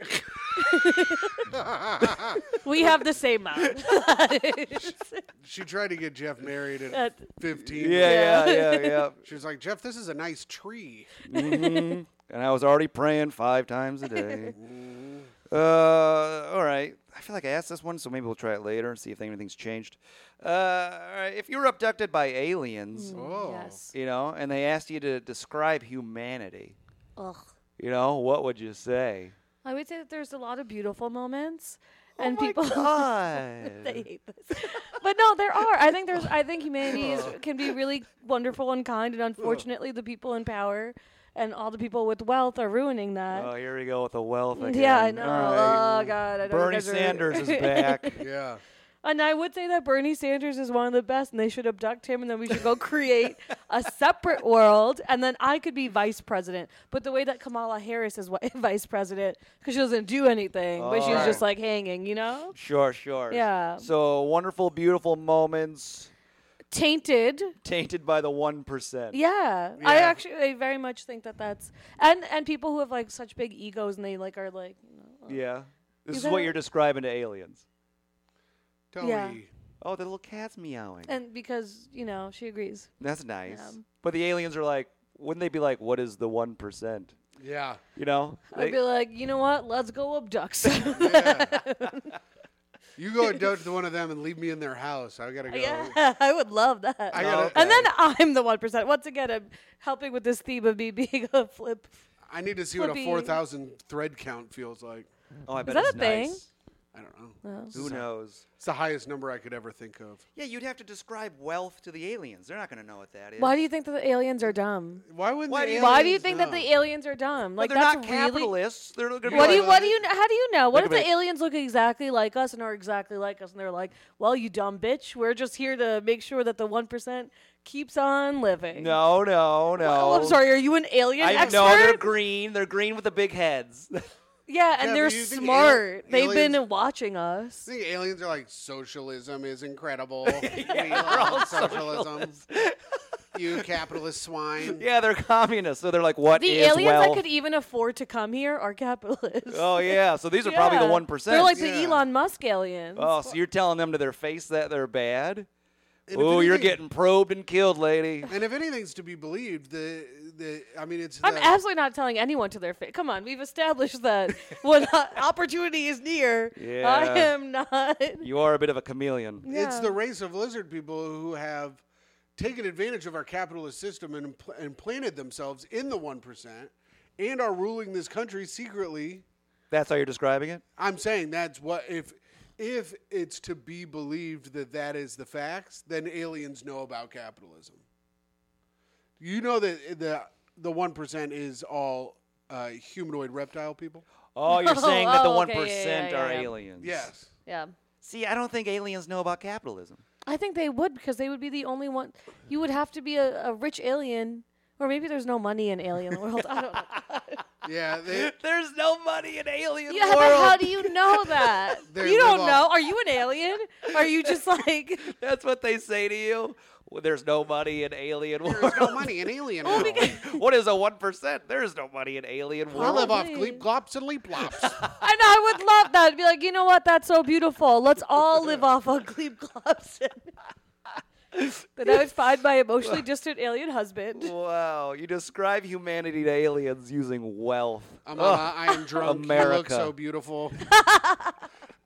*laughs* we have the
*laughs*
same mom. *laughs*
she tried to get Jeff married at
That-
15.
Yeah, yeah, yeah,
Yeah. *laughs*
yeah.
She was like, Jeff, this is a nice tree.
Mhm. And I was already praying five times a
*laughs*
day. Uh, all right. I feel like I asked this one, so maybe we'll try it later and see if anything's changed. Uh, all right. If you were abducted by aliens,
Mm.
Oh.
Yes.
you know, and they asked you to describe humanity,
Ugh.
you know, what would you say?
I would say that there's a lot of beautiful moments, and
Oh my
people. *laughs* they
God.
hate this. But no, there are. I think there's. I think
*laughs*
humanity is, can be really wonderful and kind, and unfortunately, the people in power and all the people with wealth are ruining that.
oh, here we go with the wealth again.
yeah, I
All
know.
right.
Oh God, I know. you
Bernie
guys are-
Sanders is
*laughs*
back.
Yeah.
and I would say that Bernie Sanders is one of the best, and they should abduct him, and then we should go create a separate world, and then I could be vice president. But the way that Kamala Harris is *laughs* wi- vice president, because she doesn't do anything, but she's
Alright.
just like hanging, you know,
Sure, sure.
Yeah.
So wonderful, beautiful moments
tainted.
tainted by the one percent.
Yeah, I
Yeah.
actually I very much think that that's and and people who have like such big egos and they like are like you know,
Yeah. This
You
is what
gotta-
you're describing to aliens.
Tony.
Oh, the little cat's meowing.
and because you know she agrees.
That's nice.
Uh, Yeah.
But the aliens are like, wouldn't they be like, what is the one percent?
Yeah.
You know? They-
I'd be like, you know what? Let's go abduct. *laughs* some."
Yeah. you go and dote to one of them and leave me in their house. I gotta go.
yeah, *laughs* I would love that.
I gotta.
And then I'm the one percent. Once again, I'm helping with this theme of me *laughs* being a flip.
I need to see what a
Flippy.
four thousand thread count feels like.
oh, I bet
that
it's
a thing?
nice.
I don't know.
Who knows?
It's the highest number I could ever think of.
Yeah, you'd have to describe wealth to the aliens. They're not going to know what that is.
Why do you think that the aliens are dumb?
Why wouldn't?
Why
the
do you-
Why do you
aliens
think that
know?
the aliens are dumb?
Well,
Like
they're
that's
not
really.
capitalists. They're going to be
What do
like, uh,
you? What do you? How do you know? What
Look
if
at
the
me.
aliens look exactly like us and are exactly like us, and they're like, "Well, you dumb bitch, we're just here to make sure that the one percent keeps on living.
No, no, no.
Oh, I'm sorry. Are you an alien
I
expert?
know they're green. They're green with the big heads. *laughs*
yeah, and
Yeah,
they're
but you think
smart.
ali-
They've been
aliens-
watching us.
think aliens are like socialism
*laughs*
is incredible. we love socialism. you capitalist swine.
*laughs* yeah, they're communists. So they're like, what
The
is
aliens
wealth?
that could even afford to come here are capitalists.
oh yeah. So
*laughs*
these are probably the
Yeah.
one percent.
They're like the
Yeah.
Elon Musk aliens.
oh, so you're telling them to their face that they're bad?
And if
Oh, you're
anything-
getting probed and killed, lady.
And if anything's to be believed, the the I mean, it's
I'm
the,
absolutely not telling anyone to their face. Come on, we've
*laughs*
established that when uh, opportunity is near,
Yeah.
I am not.
You are a bit of a chameleon.
it's
Yeah.
the race of lizard people who have taken advantage of our capitalist system and impl- and planted themselves in the one percent and are ruling this country secretly.
That's how you're describing it.
I'm saying that's what if if it's to be believed that that is the facts, then aliens know about capitalism. You know that eh, the the one percent is all uh, humanoid reptile people.
Oh, you're *laughs*
Oh,
saying that the
oh,
one
okay, yeah, yeah,
are
yeah, yeah.
aliens.
Yes.
Yeah.
See, I don't think aliens know about capitalism.
I think they would because they would be the only one. You would have to be a, a rich alien, or maybe there's no money in alien world. I don't know.
Yeah. They,
*laughs*
*laughs*
There's no money in alien
Yeah,
world.
but how do you know that?
They're-
you don't
they've all-
know. Are you an alien? Are you just like?
*laughs* That's what they say to you. Well, there's no money in alien world.
there's
*laughs*
no money in
*laughs*
alien world.
what is a one percent? There is no money in alien
I
world.
live off
Probably.
gleep glops and leap lops.
And I would love that. Be like, you know what? That's so beautiful. Let's all live off of Glebe Globson. *laughs* then I would find my emotionally distant alien husband.
Wow, you describe humanity to aliens using wealth.
I'm
Ugh.
on my- Uh, I am drunk. You look
America. *laughs*
so beautiful.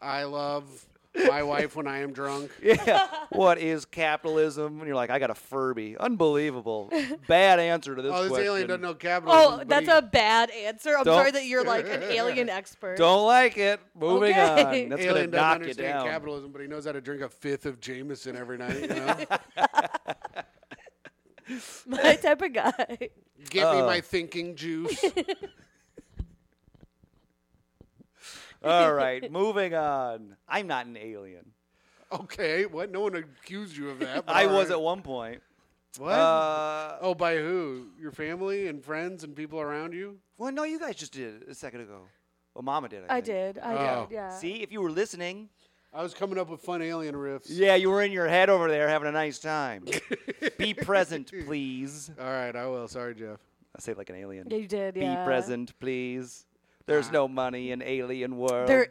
I love my wife when I am drunk.
yeah. What is capitalism? And you're like, I got a Furby.
*laughs*
Unbelievable. Bad answer to this
Oh, this
question.
alien doesn't know capitalism.
Oh,
but
that's
he-
a bad answer. I'm
Don't-
sorry that you're like an alien expert.
Don't like it. Moving
Okay.
on. That's
alien
gonna
doesn't
knock you
understand
down.
capitalism, but he knows how to drink a fifth of Jameson every night.
*laughs*
You know?
*laughs* My type of guy.
Get me
Oh.
my thinking
*laughs*
juice. *laughs*
All right, moving on. I'm not an alien.
okay, what? No one accused you of that. but
I
all
was
right.
at one point.
What?
Uh-huh.
Uh,
oh, by who? Your family and friends and people around you?
well, no, you guys just did it a second ago. Well, Mama did. I,
I
think.
did. I
Oh.
did. Yeah.
See, if you were listening,
I was coming up with fun alien riffs.
yeah, you were in your head over there having a nice
*laughs*
time. Be present, please.
All right, I will. Sorry, Jeff.
I say it like an alien.
Yeah, you did. Yeah.
Be present, please. There's no money in alien world.
There,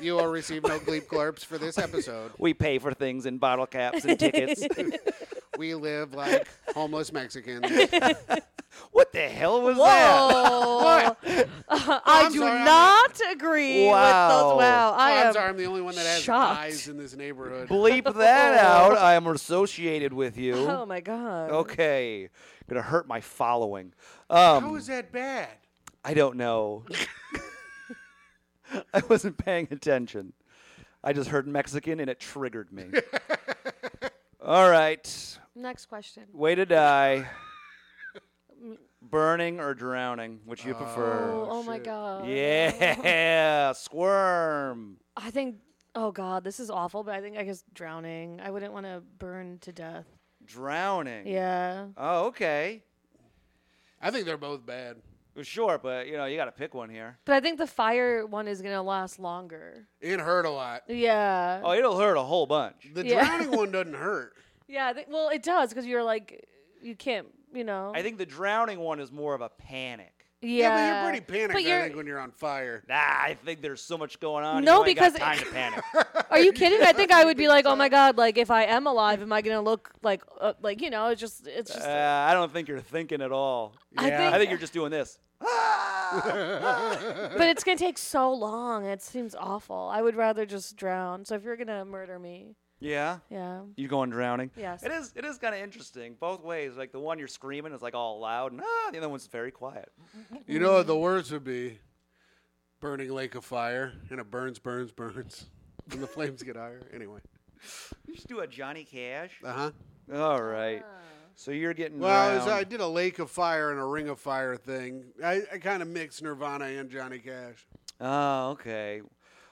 You will
*laughs*
receive no bleep glurps for this episode.
we pay for things in bottle caps and
*laughs*
tickets.
We live like homeless Mexicans.
what the hell was that?
whoa! I
I'm
do
sorry, I'm-
not agree with
Wow.
those. Wow, I
I'm
am.
sorry, I'm the only one that has
shocked.
eyes in this neighborhood.
Bleep
*laughs*
that out. I am associated with you.
Oh my god.
Okay, gonna hurt my following. Um,
How is that bad?
I don't know. *laughs* I wasn't paying attention. I just heard Mexican and it triggered me. All right,
Next question.
Oh,
way to
*laughs*
die. Burning or drowning, which you prefer?
Oh, oh my
shit.
god.
Yeah, *laughs* squirm.
I think. Oh god, this is awful. But I think I guess drowning. I wouldn't want to burn to death.
Drowning.
Yeah.
Oh, okay.
I think they're both bad.
Well, Sure, but you know you got to pick one here.
But I think the fire one is gonna last longer.
It hurt a lot.
Yeah.
Oh, it'll hurt a whole bunch.
The
Yeah.
drowning one doesn't
*laughs*
hurt.
yeah. I think- well, it does because you're like, you can't. You know.
I think the drowning one is more of a panic.
Yeah.
but you're pretty
But
panicked,
you're-
I think, when you're on fire. *laughs*
Nah, I think there's so much going on.
No,
you ain't got
because-
time to
*laughs*
panic. Uh,
Are you kidding? I think I would be
think
like, oh
so?
my god, like if I am alive, am I gonna look like, uh, like you know, it's just, it's just.
Uh, I don't think you're thinking at all.
I
Yeah.
think,
I think
*laughs*
you're just doing this. *laughs*
but it's gonna take so long. It seems awful. I would rather just drown. So if you're gonna murder me,
Yeah,
yeah,
you going drowning?
Yes.
It is. It is kind of interesting both ways. Like the one you're screaming is like all loud, and ah, the other one's very quiet.
You know what the worst would be? Burning lake of fire, and it burns, burns, burns. And the flames get higher. Anyway.
You just do a Johnny Cash.
Uh huh.
All right.
Ah.
So you're getting
Well, I, was, I
drowned.
did a lake of fire and a ring of fire thing. I, I kind of mixed Nirvana and Johnny Cash.
Oh, Ah, okay.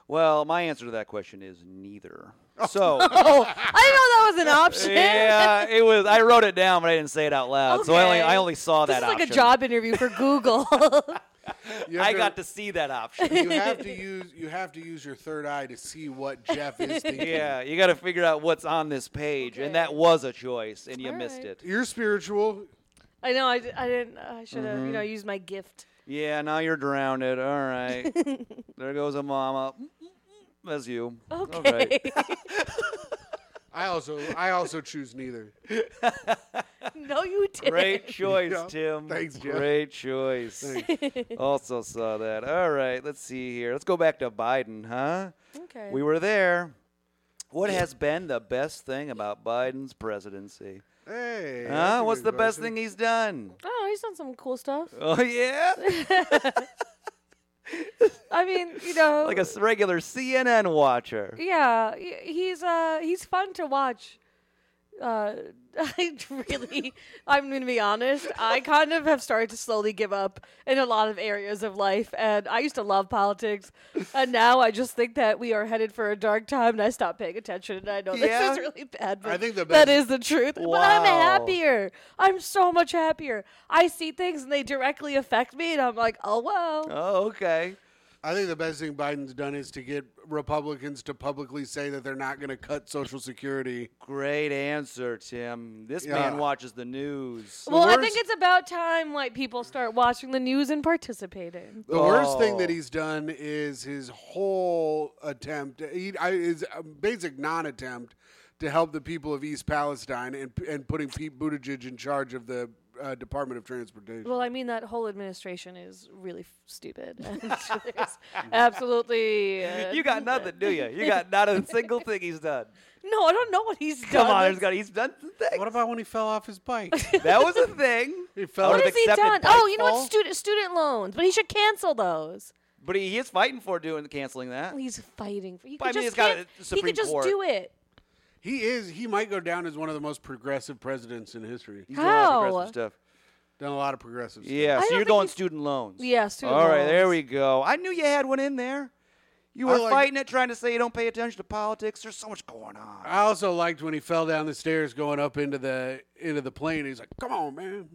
Well, my answer to that question is neither.
*laughs*
So,
Oh, I didn't know that was an option.
yeah, it was. I wrote it down, but I didn't say it out loud. So I only
Okay.
I only
*laughs*
saw
This
that
is like
option.
a job
*laughs*
interview for Google. *laughs*
You have
I got to see that option.
You
*laughs*
have to use you have to use your third eye to see what
*laughs*
Jeff is thinking.
yeah, you got to figure out what's on this page, and that
Okay.
was a choice, and you
All
missed
right.
it.
You're spiritual.
I know. I, d- I didn't. I should have.
Mm-hmm.
You know, used my gift.
Yeah, now you're drowned. All right, there goes a mama. That's you. All right.
Okay.
I also I also choose neither.
*laughs* no, you didn't.
Great choice,
Yeah.
Tim.
Thanks, Jeff.
Great choice. *laughs* also saw that. All right, let's see here. Let's go back to Biden, huh?
Okay.
We were there. What has been the best thing about Biden's presidency?
Hey. that's
Huh?
a
What's the
good
best
question.
thing he's done?
oh, he's done some cool stuff.
Oh yeah,
I mean, you know,
*laughs* like a s- regular CNN
*laughs*
watcher.
yeah, he- he's uh, he's fun to watch. Uh, *laughs* I really, I'm gonna be honest. I kind of have started to slowly give up in a lot of areas of life, and I used to love politics, and now I just think that we are headed for a dark time, and I stopped paying attention. And I know
Yeah.
this is really bad, but
I think the best-
that is the truth. But I'm
Wow.
happier. I'm so much happier. I see things and they directly affect me, and I'm like, oh well.
Oh okay.
I think the best thing Biden's done is to get Republicans to publicly say that they're not going to cut Social Security.
Great answer, Tim. This
Yeah.
man watches the news.
Well, I
worst-
think it's about time like people start watching the news and participating.
The worst thing that
Oh.
he's done is his whole attempt, he, I, his uh, basic non-attempt to help the people of East Palestine and and putting Pete Buttigieg in charge of the uh, Department of Transportation.
Well, I mean that whole administration is really f- stupid. *laughs* And there's absolutely. uh,
You got nothing, do you? You got not
*laughs*
a single thing he's done.
No, I don't know what he's
Come
done.
on, he's got he's done some things.
what about when he fell off his bike?
that
*laughs*
was a thing.
He fell-
I
What
would've
has he
accepted
done? Oh, you know
Bigfall,
what? Student student loans, but he should cancel those.
But he, he is fighting for doing canceling that.
He's fighting for. He
But I
could
mean, it's
just,
got
canc-
a
he
Supreme
could just
Court.
do it.
he is. He might go down as one of the most progressive presidents in history.
He's doing a lot of progressive
How?
stuff.
Done a lot of progressive stuff.
Yeah, so
I don't
you're
think
going
he's-
student loans.
Yeah, student
All right, there
loans.
we go. I knew you had one in there. You
I
were
like-
fighting it, trying to say you don't pay attention to politics. There's so much going on.
I also liked when he fell down the stairs going up into the into the plane. He's like, "Come on,
*laughs*
man,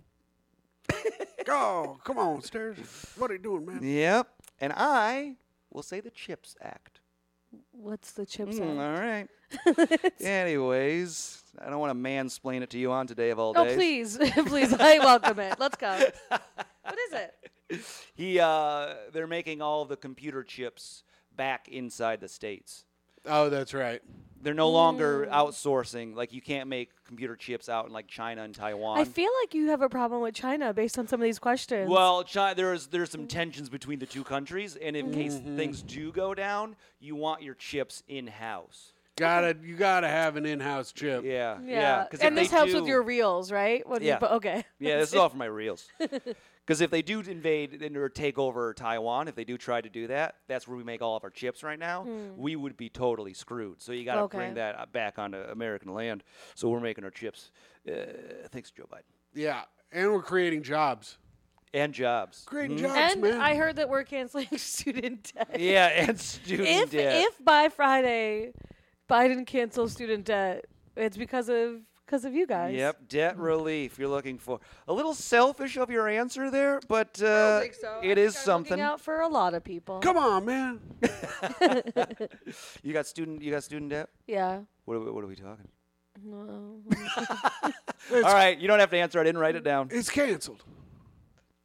go, come on, stairs. What are you doing, man?"
yep. And I will say the CHIPS Act.
What's the chips?
Mm,
Act?
all
*laughs*
right. Anyways, I don't want to mansplain it to you on today of all
Oh,
days.
please, *laughs* please, I welcome it. Let's
*laughs*
go. What is it?
He, uh, they're making all the computer chips back inside the states.
Oh, that's right.
They're no
Mm.
longer outsourcing. Like you can't make computer chips out in like China and Taiwan.
I feel like you have a problem with China based on some of these questions.
Well, China, there's there's
Mm.
some tensions between the two countries, and in case
Mm-hmm.
things do go down, you want your chips in house.
Gotta you gotta have an in-house chip.
Yeah, yeah.
Yeah,
'cause if
and
they
this helps with
do-
your reels, right? When you
Yeah.
po- okay.
Yeah,
*laughs*
this is all for my reels. *laughs* Because if they do invade and or take over Taiwan, if they do try to do that, that's where we make all of our chips right now. We would be totally screwed. So you got to
Hmm. Okay.
bring that uh, back onto American land. So we're making our chips. Uh, thanks, Joe Biden,
Yeah, and we're creating jobs.
and jobs.
Creating jobs,
And
man.
I heard that we're canceling *laughs* student debt.
Yeah, *laughs* and student
If
debt.
if by Friday, Biden cancels student debt, it's because of because of you guys.
Yep,
Hmm.
debt relief you're looking for. A little selfish of your answer there, but uh, it is something.
out for a lot of people.
come on, man.
You got student. You got student debt.
Yeah.
What are we, what are we talking?
No.
All right, you don't have to answer. I didn't write it down.
It's canceled.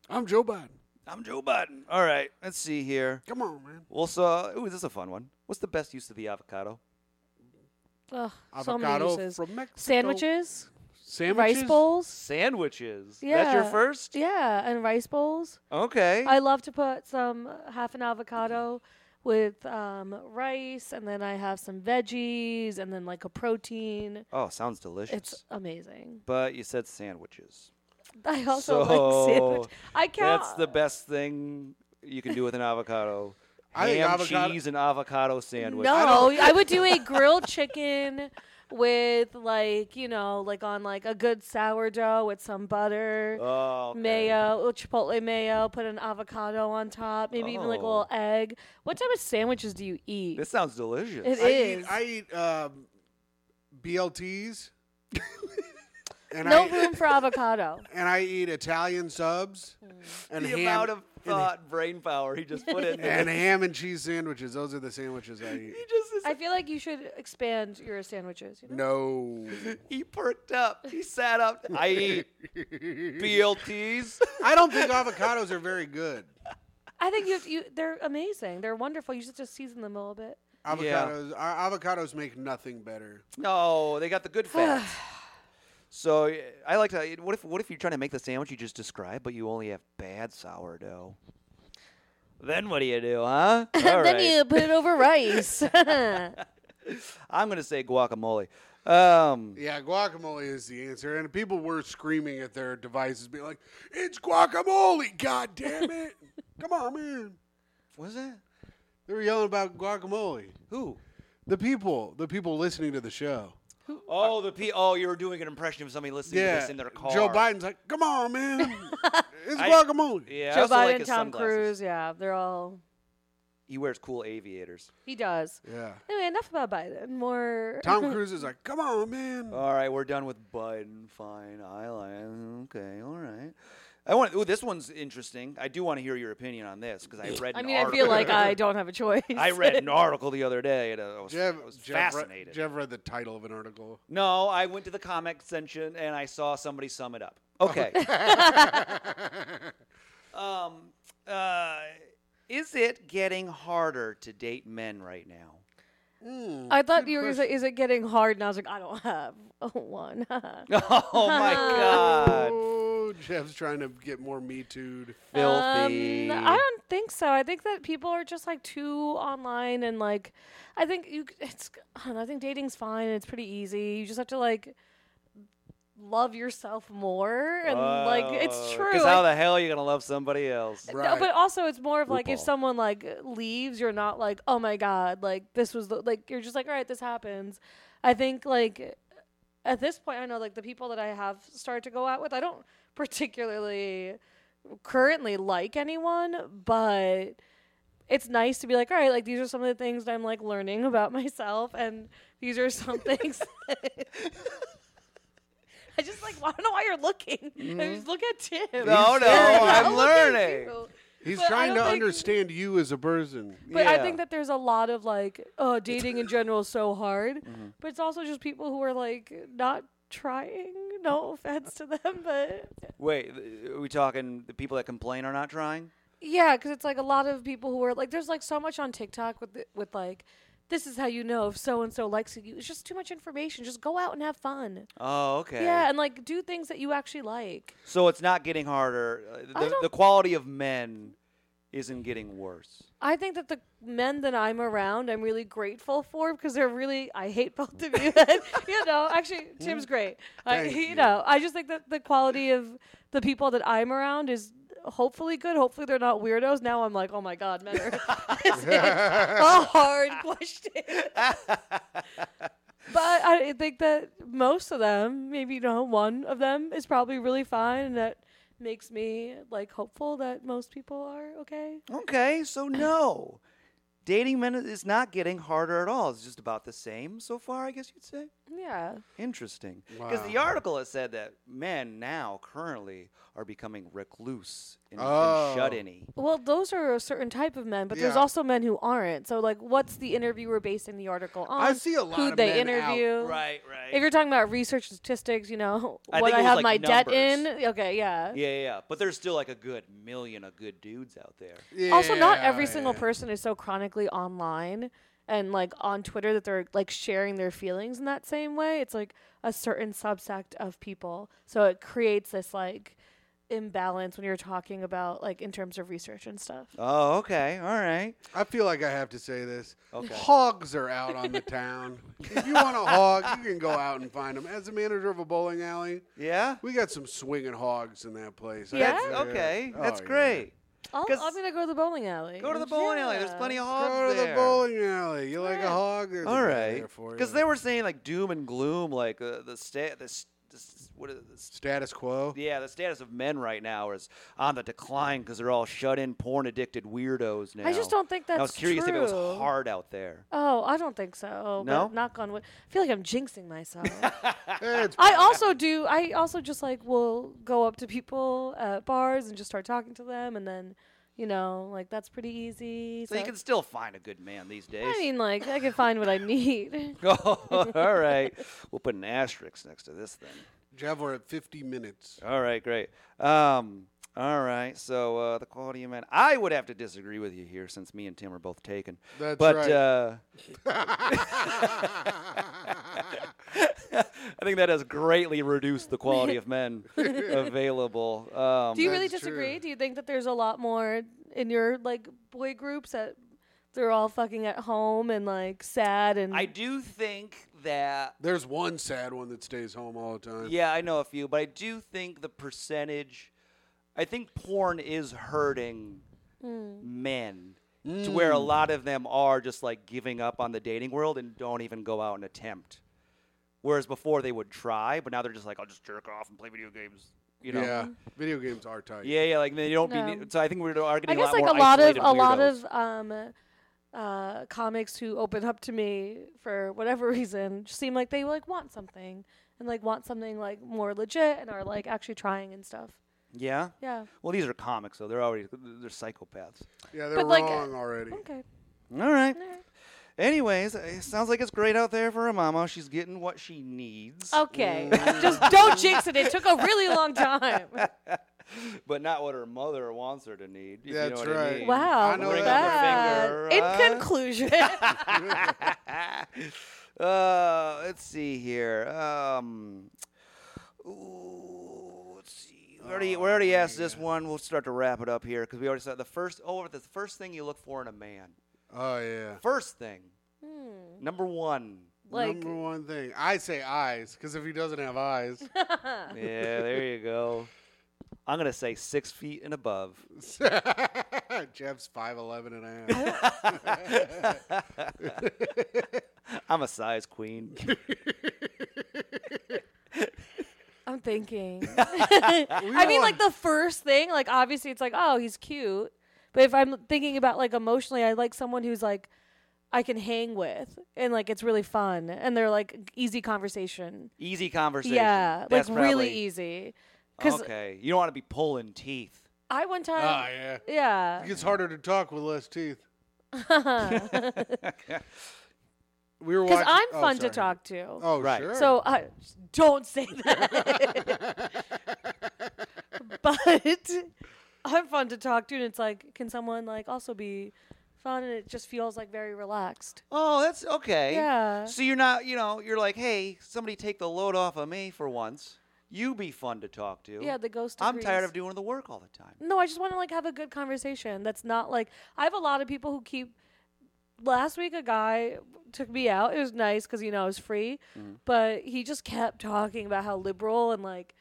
I'm Joe Biden.
I'm Joe Biden. All right, let's see here.
Come on, man.
Well, so ooh, this is a fun one. What's the best use of the avocado?
Ugh, so many
Avocado
uses.
from Mexico.
Sandwiches,
Sandwiches.
rice bowls.
Sandwiches.
Yeah.
That's your first.
Yeah, and rice bowls.
Okay.
I love to put some half an avocado with um, rice, and then I have some veggies, and then like a protein.
oh, sounds delicious.
It's amazing. *laughs*
but you said sandwiches.
I also
So,
like sandwich. I can't.
That's the best thing you can do with an avocado.
*laughs* I think
Ham,
avocado-
cheese, and avocado sandwich. *laughs*
No, I, would do a grilled chicken. with like you know like on like a good sourdough with some butter
Oh, okay.
mayo oh, chipotle mayo put an avocado on top maybe even like a
Oh.
little egg what type of sandwiches do you eat
This sounds delicious.
It
I eat,
is.
I eat um, BLTs. and
no
I,
room
*laughs*
for avocado
and I eat Italian subs and
the
ham,
amount of
and-
thought, brain power he just put in.
*laughs*
there.
and ham and cheese sandwiches. Those are the sandwiches
*laughs*
I eat.
he just is,
i feel like you should expand your sandwiches you know?
No,
he perked up. He sat up. I eat
*laughs*
BLTs.
I don't think avocados are very good.
i think you, you they're amazing they're wonderful you should just season them a little bit
Avocados, our avocados make nothing better.
No, they got the good
*sighs*
fats. so y- I like to. What if what if you're trying to make the sandwich you just described, but you only have bad sourdough? Then what do you do, huh? All
*laughs* then
right.
you put it
*laughs*
over rice *laughs*
I'm gonna say guacamole. Um,
Yeah, guacamole is the answer. And people were screaming at their devices, being like, "It's guacamole! God damn it! Come on, man!"
what's that?
They were yelling about guacamole.
Who?
The people, the people listening to the show.
Oh, the P. Oh, you were doing an impression of somebody listening to
Yeah,
this in their car.
Joe Biden's like, "Come
*laughs*
on, man! it's
I-
guacamole."
Yeah, I
joe
also like
biden
his
tom
sunglasses.
cruise yeah they're all
He wears cool aviators.
he does
yeah.
Anyway, enough about Biden. More.
Tom Cruise is like, come on, man.
All right, we're done with Biden. Fine, I like. Okay, all right. I want. Ooh, this one's interesting. I do want to hear your opinion on this because I read.
I
an
mean, I feel like
article.
I don't
*laughs*
have a choice.
I read
*laughs*
an article the other day, and I was,
Jeff,
I was
Jeff, re-
fascinated.
Jeff read the title of an article.
no, I went to the comment section and I saw somebody sum it up.
Oh. *laughs*
Okay. *laughs* um, uh, is it getting harder to date men right now? *laughs*
Hmm,
I thought you were going to say, is it getting hard? And I was like, I don't have one. *laughs*
Oh my
Um,
God!
Oh, Jeff's trying to get more Me Too'd.
Filthy.
Um, I don't think so. I think that people are just like too online and like, I think you, c- it's, I don't know, I think dating's fine. It's pretty easy. You just have to like love yourself more. And like, it's true.
Because
I
Oh, how the hell are you gonna love somebody else? *laughs*
Right.
No, but also it's more of like if
RuPaul.
someone like leaves, you're not like, oh my god, like this was the, like you're just like, all right, this happens. I think like at this point, I know like the people that I have started to go out with, I don't particularly currently like anyone, but it's nice to be like, all right, like these are some of the things that I'm like learning about *laughs* myself, and these
*laughs*
are some things. that- *laughs* I just like *laughs* I don't know why you're looking. I just look at Tim.
Oh, No, Mm-hmm.
*laughs*
no,
I'm
I'll look at
learning.
you.
He's
But I
trying to
don't think-
understand you as a person.
But I
Yeah.
think that there's a lot of like, oh, dating in general is so hard. But it's also just people who are like not trying. No offense to them, but
Wait, th- are we talking the people that complain are not trying?
yeah, because it's like a lot of people who are like, there's like so much on TikTok with the, with like, this is how you know if so and so likes you. It's just too much information. Just go out and have fun.
Oh, okay.
Yeah, and like do things that you actually like.
So it's not getting harder. Uh, The,
don't-
the quality of men isn't getting worse.
I think that the men that I'm around, I'm really grateful for because they're really. I hate both of you. *laughs* and, you know, actually, Tim's great. I,
Thank
you,
you.
know, I just think that the quality of the people that I'm around is hopefully good. Hopefully, they're not weirdos. Now I'm like, oh my god, men are. *laughs* it's like a hard *laughs* question. but I think that most of them, maybe you know, one of them is probably really fine, and that makes me like hopeful that most people are okay.
Okay, so no. Dating men is not getting harder at all. It's just about the same so far, I guess you'd say.
Yeah.
Interesting. Because the
Wow.
article has said that men now currently are becoming recluse and,
Oh.
and shut in
Well, those are a certain type of men, but there's
Yeah.
also men who aren't. So, like, what's the interviewer basing the article on?
I see a lot
Who
of
they
men out.
interview?
right.
If you're talking about research statistics, you know
I
what
think
I
it was,
have
like,
my debt
numbers.
in. Okay, yeah.
yeah, yeah, yeah. But there's still like a good million of good dudes out there.
Also, not
Yeah,
every single
yeah.
person is so chronically online and like on Twitter that they're like sharing their feelings in that same way. It's like a certain subsect of people, so it creates this like imbalance when you're talking about like in terms of research and stuff.
Oh, okay. All right.
I feel like I have to say this.
Okay.
Hogs are out
*laughs*
on the town. if you want a hog, you can go out and find them. As a manager of a bowling alley,
Yeah.
we got some swinging hogs in that place. I
Yeah?
can tell you.
Okay.
Oh,
That's
yeah.
great.
I'll,
'Cause-
I'm gonna go to the bowling alley.
Go to the bowling alley. There's
Yeah.
plenty of hogs
Go to
there.
the bowling alley. You like a
Yeah.
hog? There's a
All
guy
right,
there for
because
you.
they were saying like doom and gloom, like uh, the state, the, s- the s- what is the s-
status quo.
*laughs* yeah, the status of men right now is on the decline because they're all shut in, porn addicted weirdos now.
I just don't think
And I was
that's
curious if it was
true.
hard out there.
Oh, I don't think so.
No?
But knock on wood. I feel like I'm
*laughs*
jinxing myself.
Eh, it's
I also do. I also just like will go up to people at bars and just start talking to them, and then, you know, like that's pretty easy.
So you can still find a good man these days.
I mean, like I can find what I need.
*laughs* all right, we'll put an asterisk next to this then.
Jeff, we're at
*laughs*
50 minutes.
All right, great. Um, all right, so uh, the quality of man, I would have to disagree with you here since me and Tim are both taken.
That's
but,
right.
Uh, *laughs* I think that has greatly reduced the quality of
*laughs*
men available. Um,
do you really
That's
disagree?
true.
Do you think that there's a lot more in your like boy groups that they're all fucking at home and like sad and
I do think that
*laughs* There's one sad one that stays home all the time.
Yeah, I know a few, but I do think the percentage. I think porn is hurting
Hmm.
men to where a lot of them are just like giving up on the dating world and don't even go out and attempt. Whereas before they would try, but now they're just like, I'll just jerk off and play video games. You know?
Yeah. Video games are tight.
Yeah, yeah. Like they don't
No.
be. So I think we're are
I
getting
guess
a lot
like
more
a lot of
isolated
a lot
weirdos.
of um, uh, comics who open up to me for whatever *laughs* reason just seem like they like want something and like want something like more legit and are like actually trying and stuff.
Yeah.
Yeah.
Well, these are comics, so they're already they're psychopaths.
Yeah, they're
But, like,
wrong already.
Okay.
All right.
All right.
Anyways, it sounds like it's great out there for her mama. She's getting what she needs.
Okay.
Mm.
*laughs* just don't jinx it. It took a really
*laughs*
long time.
but not what her mother wants her to need. if you
That's
know what I
right.
mean.
Wow.
I know
look at
that. Ring on the
that.
finger,
In
uh.
*laughs*
conclusion, *laughs*
*laughs* uh, let's see here. Um, ooh, let's see. We already, we already asked this one. We'll start to wrap it up here because we already said the first. Oh, the first thing you look for in a man.
Oh, yeah.
First thing, number one. *laughs*
like *laughs*
Number one thing. I say eyes, because if he doesn't have eyes, *laughs*
yeah, there you go. I'm gonna say six feet and above.
Jeff's 5'11 and a half.
*laughs* I'm a size queen.
I'm thinking. *laughs* I mean, like the first thing, like obviously it's like, oh, he's cute. But if I'm thinking about like emotionally, I like someone who's like I can hang with and like it's really fun and they're like easy conversation.
Easy conversation.
Yeah,
That's
like
probably- Oh,
really easy. Because
Okay, you don't want to be pulling teeth.
*laughs*
*laughs*
I
*laughs*
one
Oh,
time,
yeah.
yeah,
It
*laughs*
gets harder to talk with less teeth. We were
because
watching.
I'm
oh,
fun to
sorry.
talk to.
Oh,
Right.
sure.
So uh, don't say that. *laughs* but I'm fun to talk to, and it's like, can someone like also be fun? And it just feels like very relaxed.
Oh, that's okay.
Yeah.
So you're not, you know, you're like, hey, somebody take the load off of me for once. You be fun to talk to.
Yeah, the ghost
I'm tired
agrees.
of doing the work all the time.
No, I just want to like have a good conversation. That's not like I have a lot of people who keep. Last week, a guy took me out. It was nice because you know I was free, but he just kept talking about how liberal and like,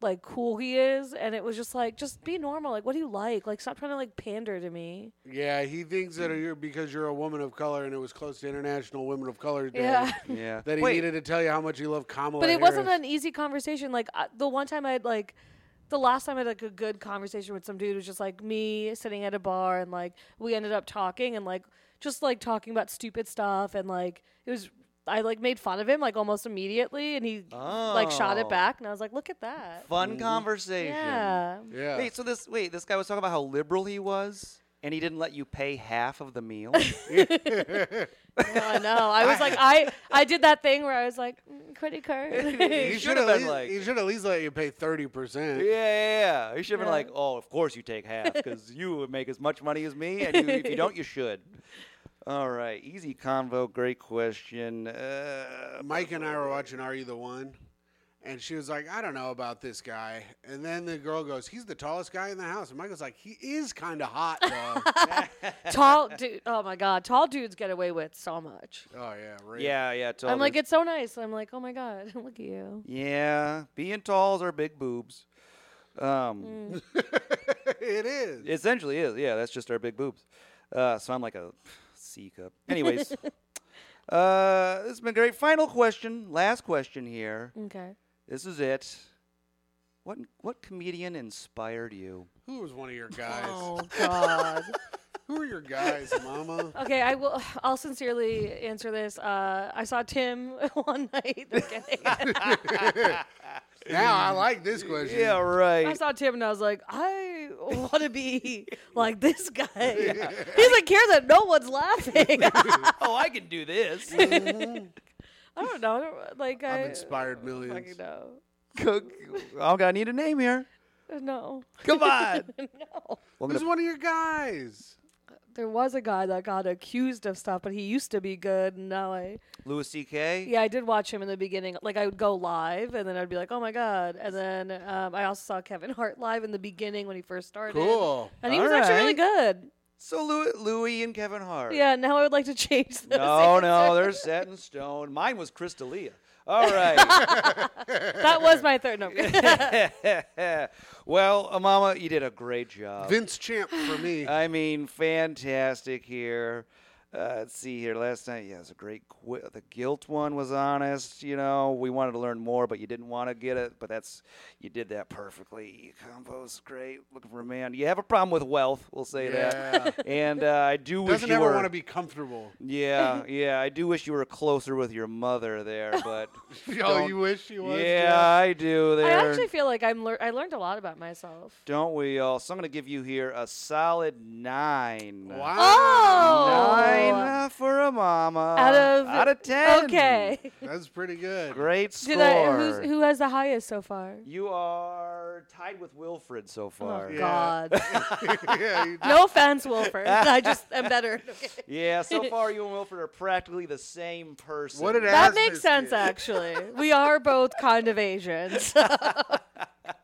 like cool he is, and it was just like, just be normal. Like, what do you like? Like, stop trying to like pander to me.
yeah, he thinks that you're because you're a woman of color and it was close to International Women of Color Day.
*laughs* Yeah.
Yeah.
*laughs* That he
Wait,
needed to tell you how much he loved Kamala.
but it
Harris.
wasn't an easy conversation. Like I, the one time I had like, the last time I had like a good conversation with some dude was just like me sitting at a bar and like we ended up talking and like just like talking about stupid stuff and like it was I like made fun of him like almost immediately and he like shot
Oh.
it back and I was like, look at that.
fun
Mm-hmm.
conversation. *laughs*
Yeah.
Yeah.
Wait, so this wait, this guy was talking about how liberal he was and he didn't let you pay half of the
*laughs*
meal.
No, I know. I was like, I I did that thing where I was like, mm,
*laughs*
credit
He
card. *laughs*
should have
at
been
least-
like-
He should at least let you pay thirty
yeah,
percent.
yeah, yeah. He should have been
Yeah.
like, "Oh, of course you take half *laughs* cuz you would make as much money as me and you, if you *laughs* don't you should." All right, easy convo, great question. Uh,
Mike and I were watching Are You the One, and she was like, "I don't know about this guy." And then the girl goes, "He's the tallest guy in the house." And Michael's like, "He is kind of hot,
*laughs*
though."
tall dude. Oh my god, tall dudes get away with so much.
oh yeah, right.
yeah, yeah, totally.
I'm like, it's *laughs* so nice. I'm like, oh my god, look at you.
Yeah, being tall is our big boobs. Um,
*laughs* it is.
It essentially is. Yeah, that's just our big boobs. Uh, so I'm like a C cup. *laughs* Anyways, uh, this has been great. Final question, last question here.
Okay.
This is it. What what comedian inspired you?
Who was one of your guys?
Oh God.
Who are
*laughs*
your guys, Mama?
*laughs* Okay, I will. I'll sincerely answer this. Uh, I saw Tim *laughs* one night. I'm *laughs* kidding.
now I like this
*laughs*
question.
Yeah,
I
right.
saw Tim and I was like, I want to *laughs* be like this guy. He doesn't care that no one's *laughs* laughing. I
oh, I can do *laughs* this.
don't know. I don't- Like I,
I've inspired
Fucking
millions.
no.
Cook. Oh, God, I need a name here.
No. *laughs*
Come on.
No.
Well, I'm
Who's
gonna-
one of your guys?
There was a guy that got accused of stuff, but he used to be good, and now I.
*laughs* Louis C.K.
Yeah, I did watch him in the beginning. Like I would go live, and then I'd be like, "Oh my god!" And then um, I also saw Kevin *laughs* Hart live in the beginning when he first started.
Cool.
And he
All
was actually really
right.
good.
So Louis, Louis and Kevin Hart.
Yeah. *laughs* Now I would like to change. Those
No, no,
answers.
they're set in stone. Mine was Crystalia. All
*laughs*
right. *laughs*
that was my third *laughs* number.
well, uh, Mama, you did a great job.
Vince Champ for me.
Uh, I mean, fantastic here. Uh, let's see here. Last night, yeah, it was a great. Qu- the guilt one was honest. You know, we wanted to learn more, but you didn't want to get it. But that's you did that perfectly. E, Compo's great. Looking for a man. You have a problem with wealth. We'll say that. And uh, I do wish
Doesn't
you
ever
were.
want to
*laughs*
be comfortable. *laughs*
yeah, yeah. I do wish you were closer with your mother
*laughs*
there, but
Oh,
don't-
you wish you was.
yeah,
Jeff?
I do.
I
There.
actually feel like I'm. Lear- I learned a lot about myself.
Don't we all? So I'm going to give you here a solid nine.
Wow.
Oh.
Nine uh, for a mama.
Out of
out of ten.
Okay.
That's pretty good.
Great score.
Did I, who's, who has the highest so far?
You are tied with Wilfred so far.
Oh
yeah.
God.
*laughs*
*laughs*
yeah, you
*laughs* no offense, Wilford. I just am better.
so
*laughs*
far you and Wilfred are practically the same person.
What did I-
That
Asthma's
makes sense,
good.
actually. We are both kind of Asians.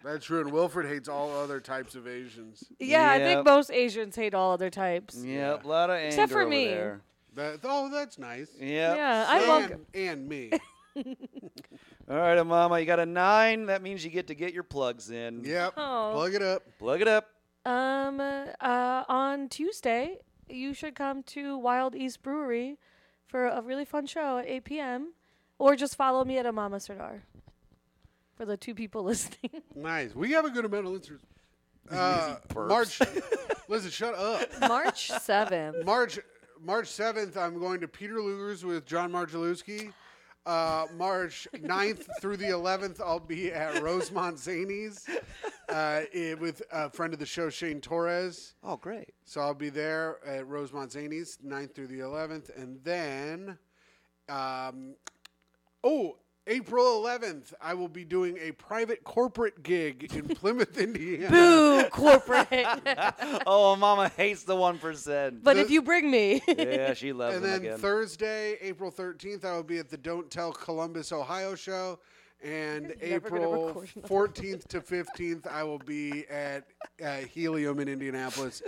That's true. And Wilfred hates all other types of Asians.
yeah, I think
Yep.
most Asians hate all other types.
Yep, a lot of anger
Except for
over
me.
there.
That, oh, that's nice.
Yep.
Yeah, I love.
And,
*laughs*
and me.
All right, uh, Mama, you got a nine. That means you get to get your plugs in.
Yep.
Oh.
Plug it up.
Plug it up.
Um, uh, on Tuesday, you should come to Wild East Brewery for a really fun show at 8 p.m. Or just follow me at Amama Sardar. For the two people *laughs* listening,
Nice. We have a good amount
*laughs*
of listeners. Uh, March. listen, shut up.
March 7th.
March March seventh, I'm going to Peter Luger's with John Marjalewski. Uh, March 9th through the 11th, I'll be at Rosemont Zanies uh, i- with a friend of the show, Shane Torres.
Oh, great.
So I'll be there at Rosemont Zanies, 9th through the 11th. And then, um, oh, April 11th, I will be doing a private corporate gig in Plymouth, *laughs* Indiana.
Boo, corporate.
*laughs*
*laughs*
oh, Mama hates the one percent.
but if you bring me,
yeah, she loves
And
them
then
again.
Thursday, April 13th, I will be at the Don't Tell Columbus, Ohio show. And
never gonna
April
record another
14th
*laughs*
to 15th, I will be at uh, Helium in Indianapolis.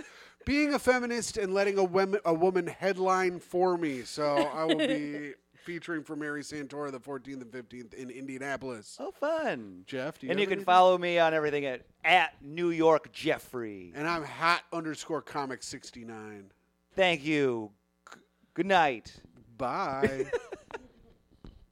Being a feminist and letting a, wem- a woman headline for me. So I will
*laughs*
be featuring for Mary Santora the 14th and 15th in Indianapolis.
oh, fun.
Jeff, do you
and
have
you can
anything?
follow me on everything at, at New York Jeffrey.
And I'm hot underscore comic 69.
Thank you. G- good night.
*laughs*
Bye.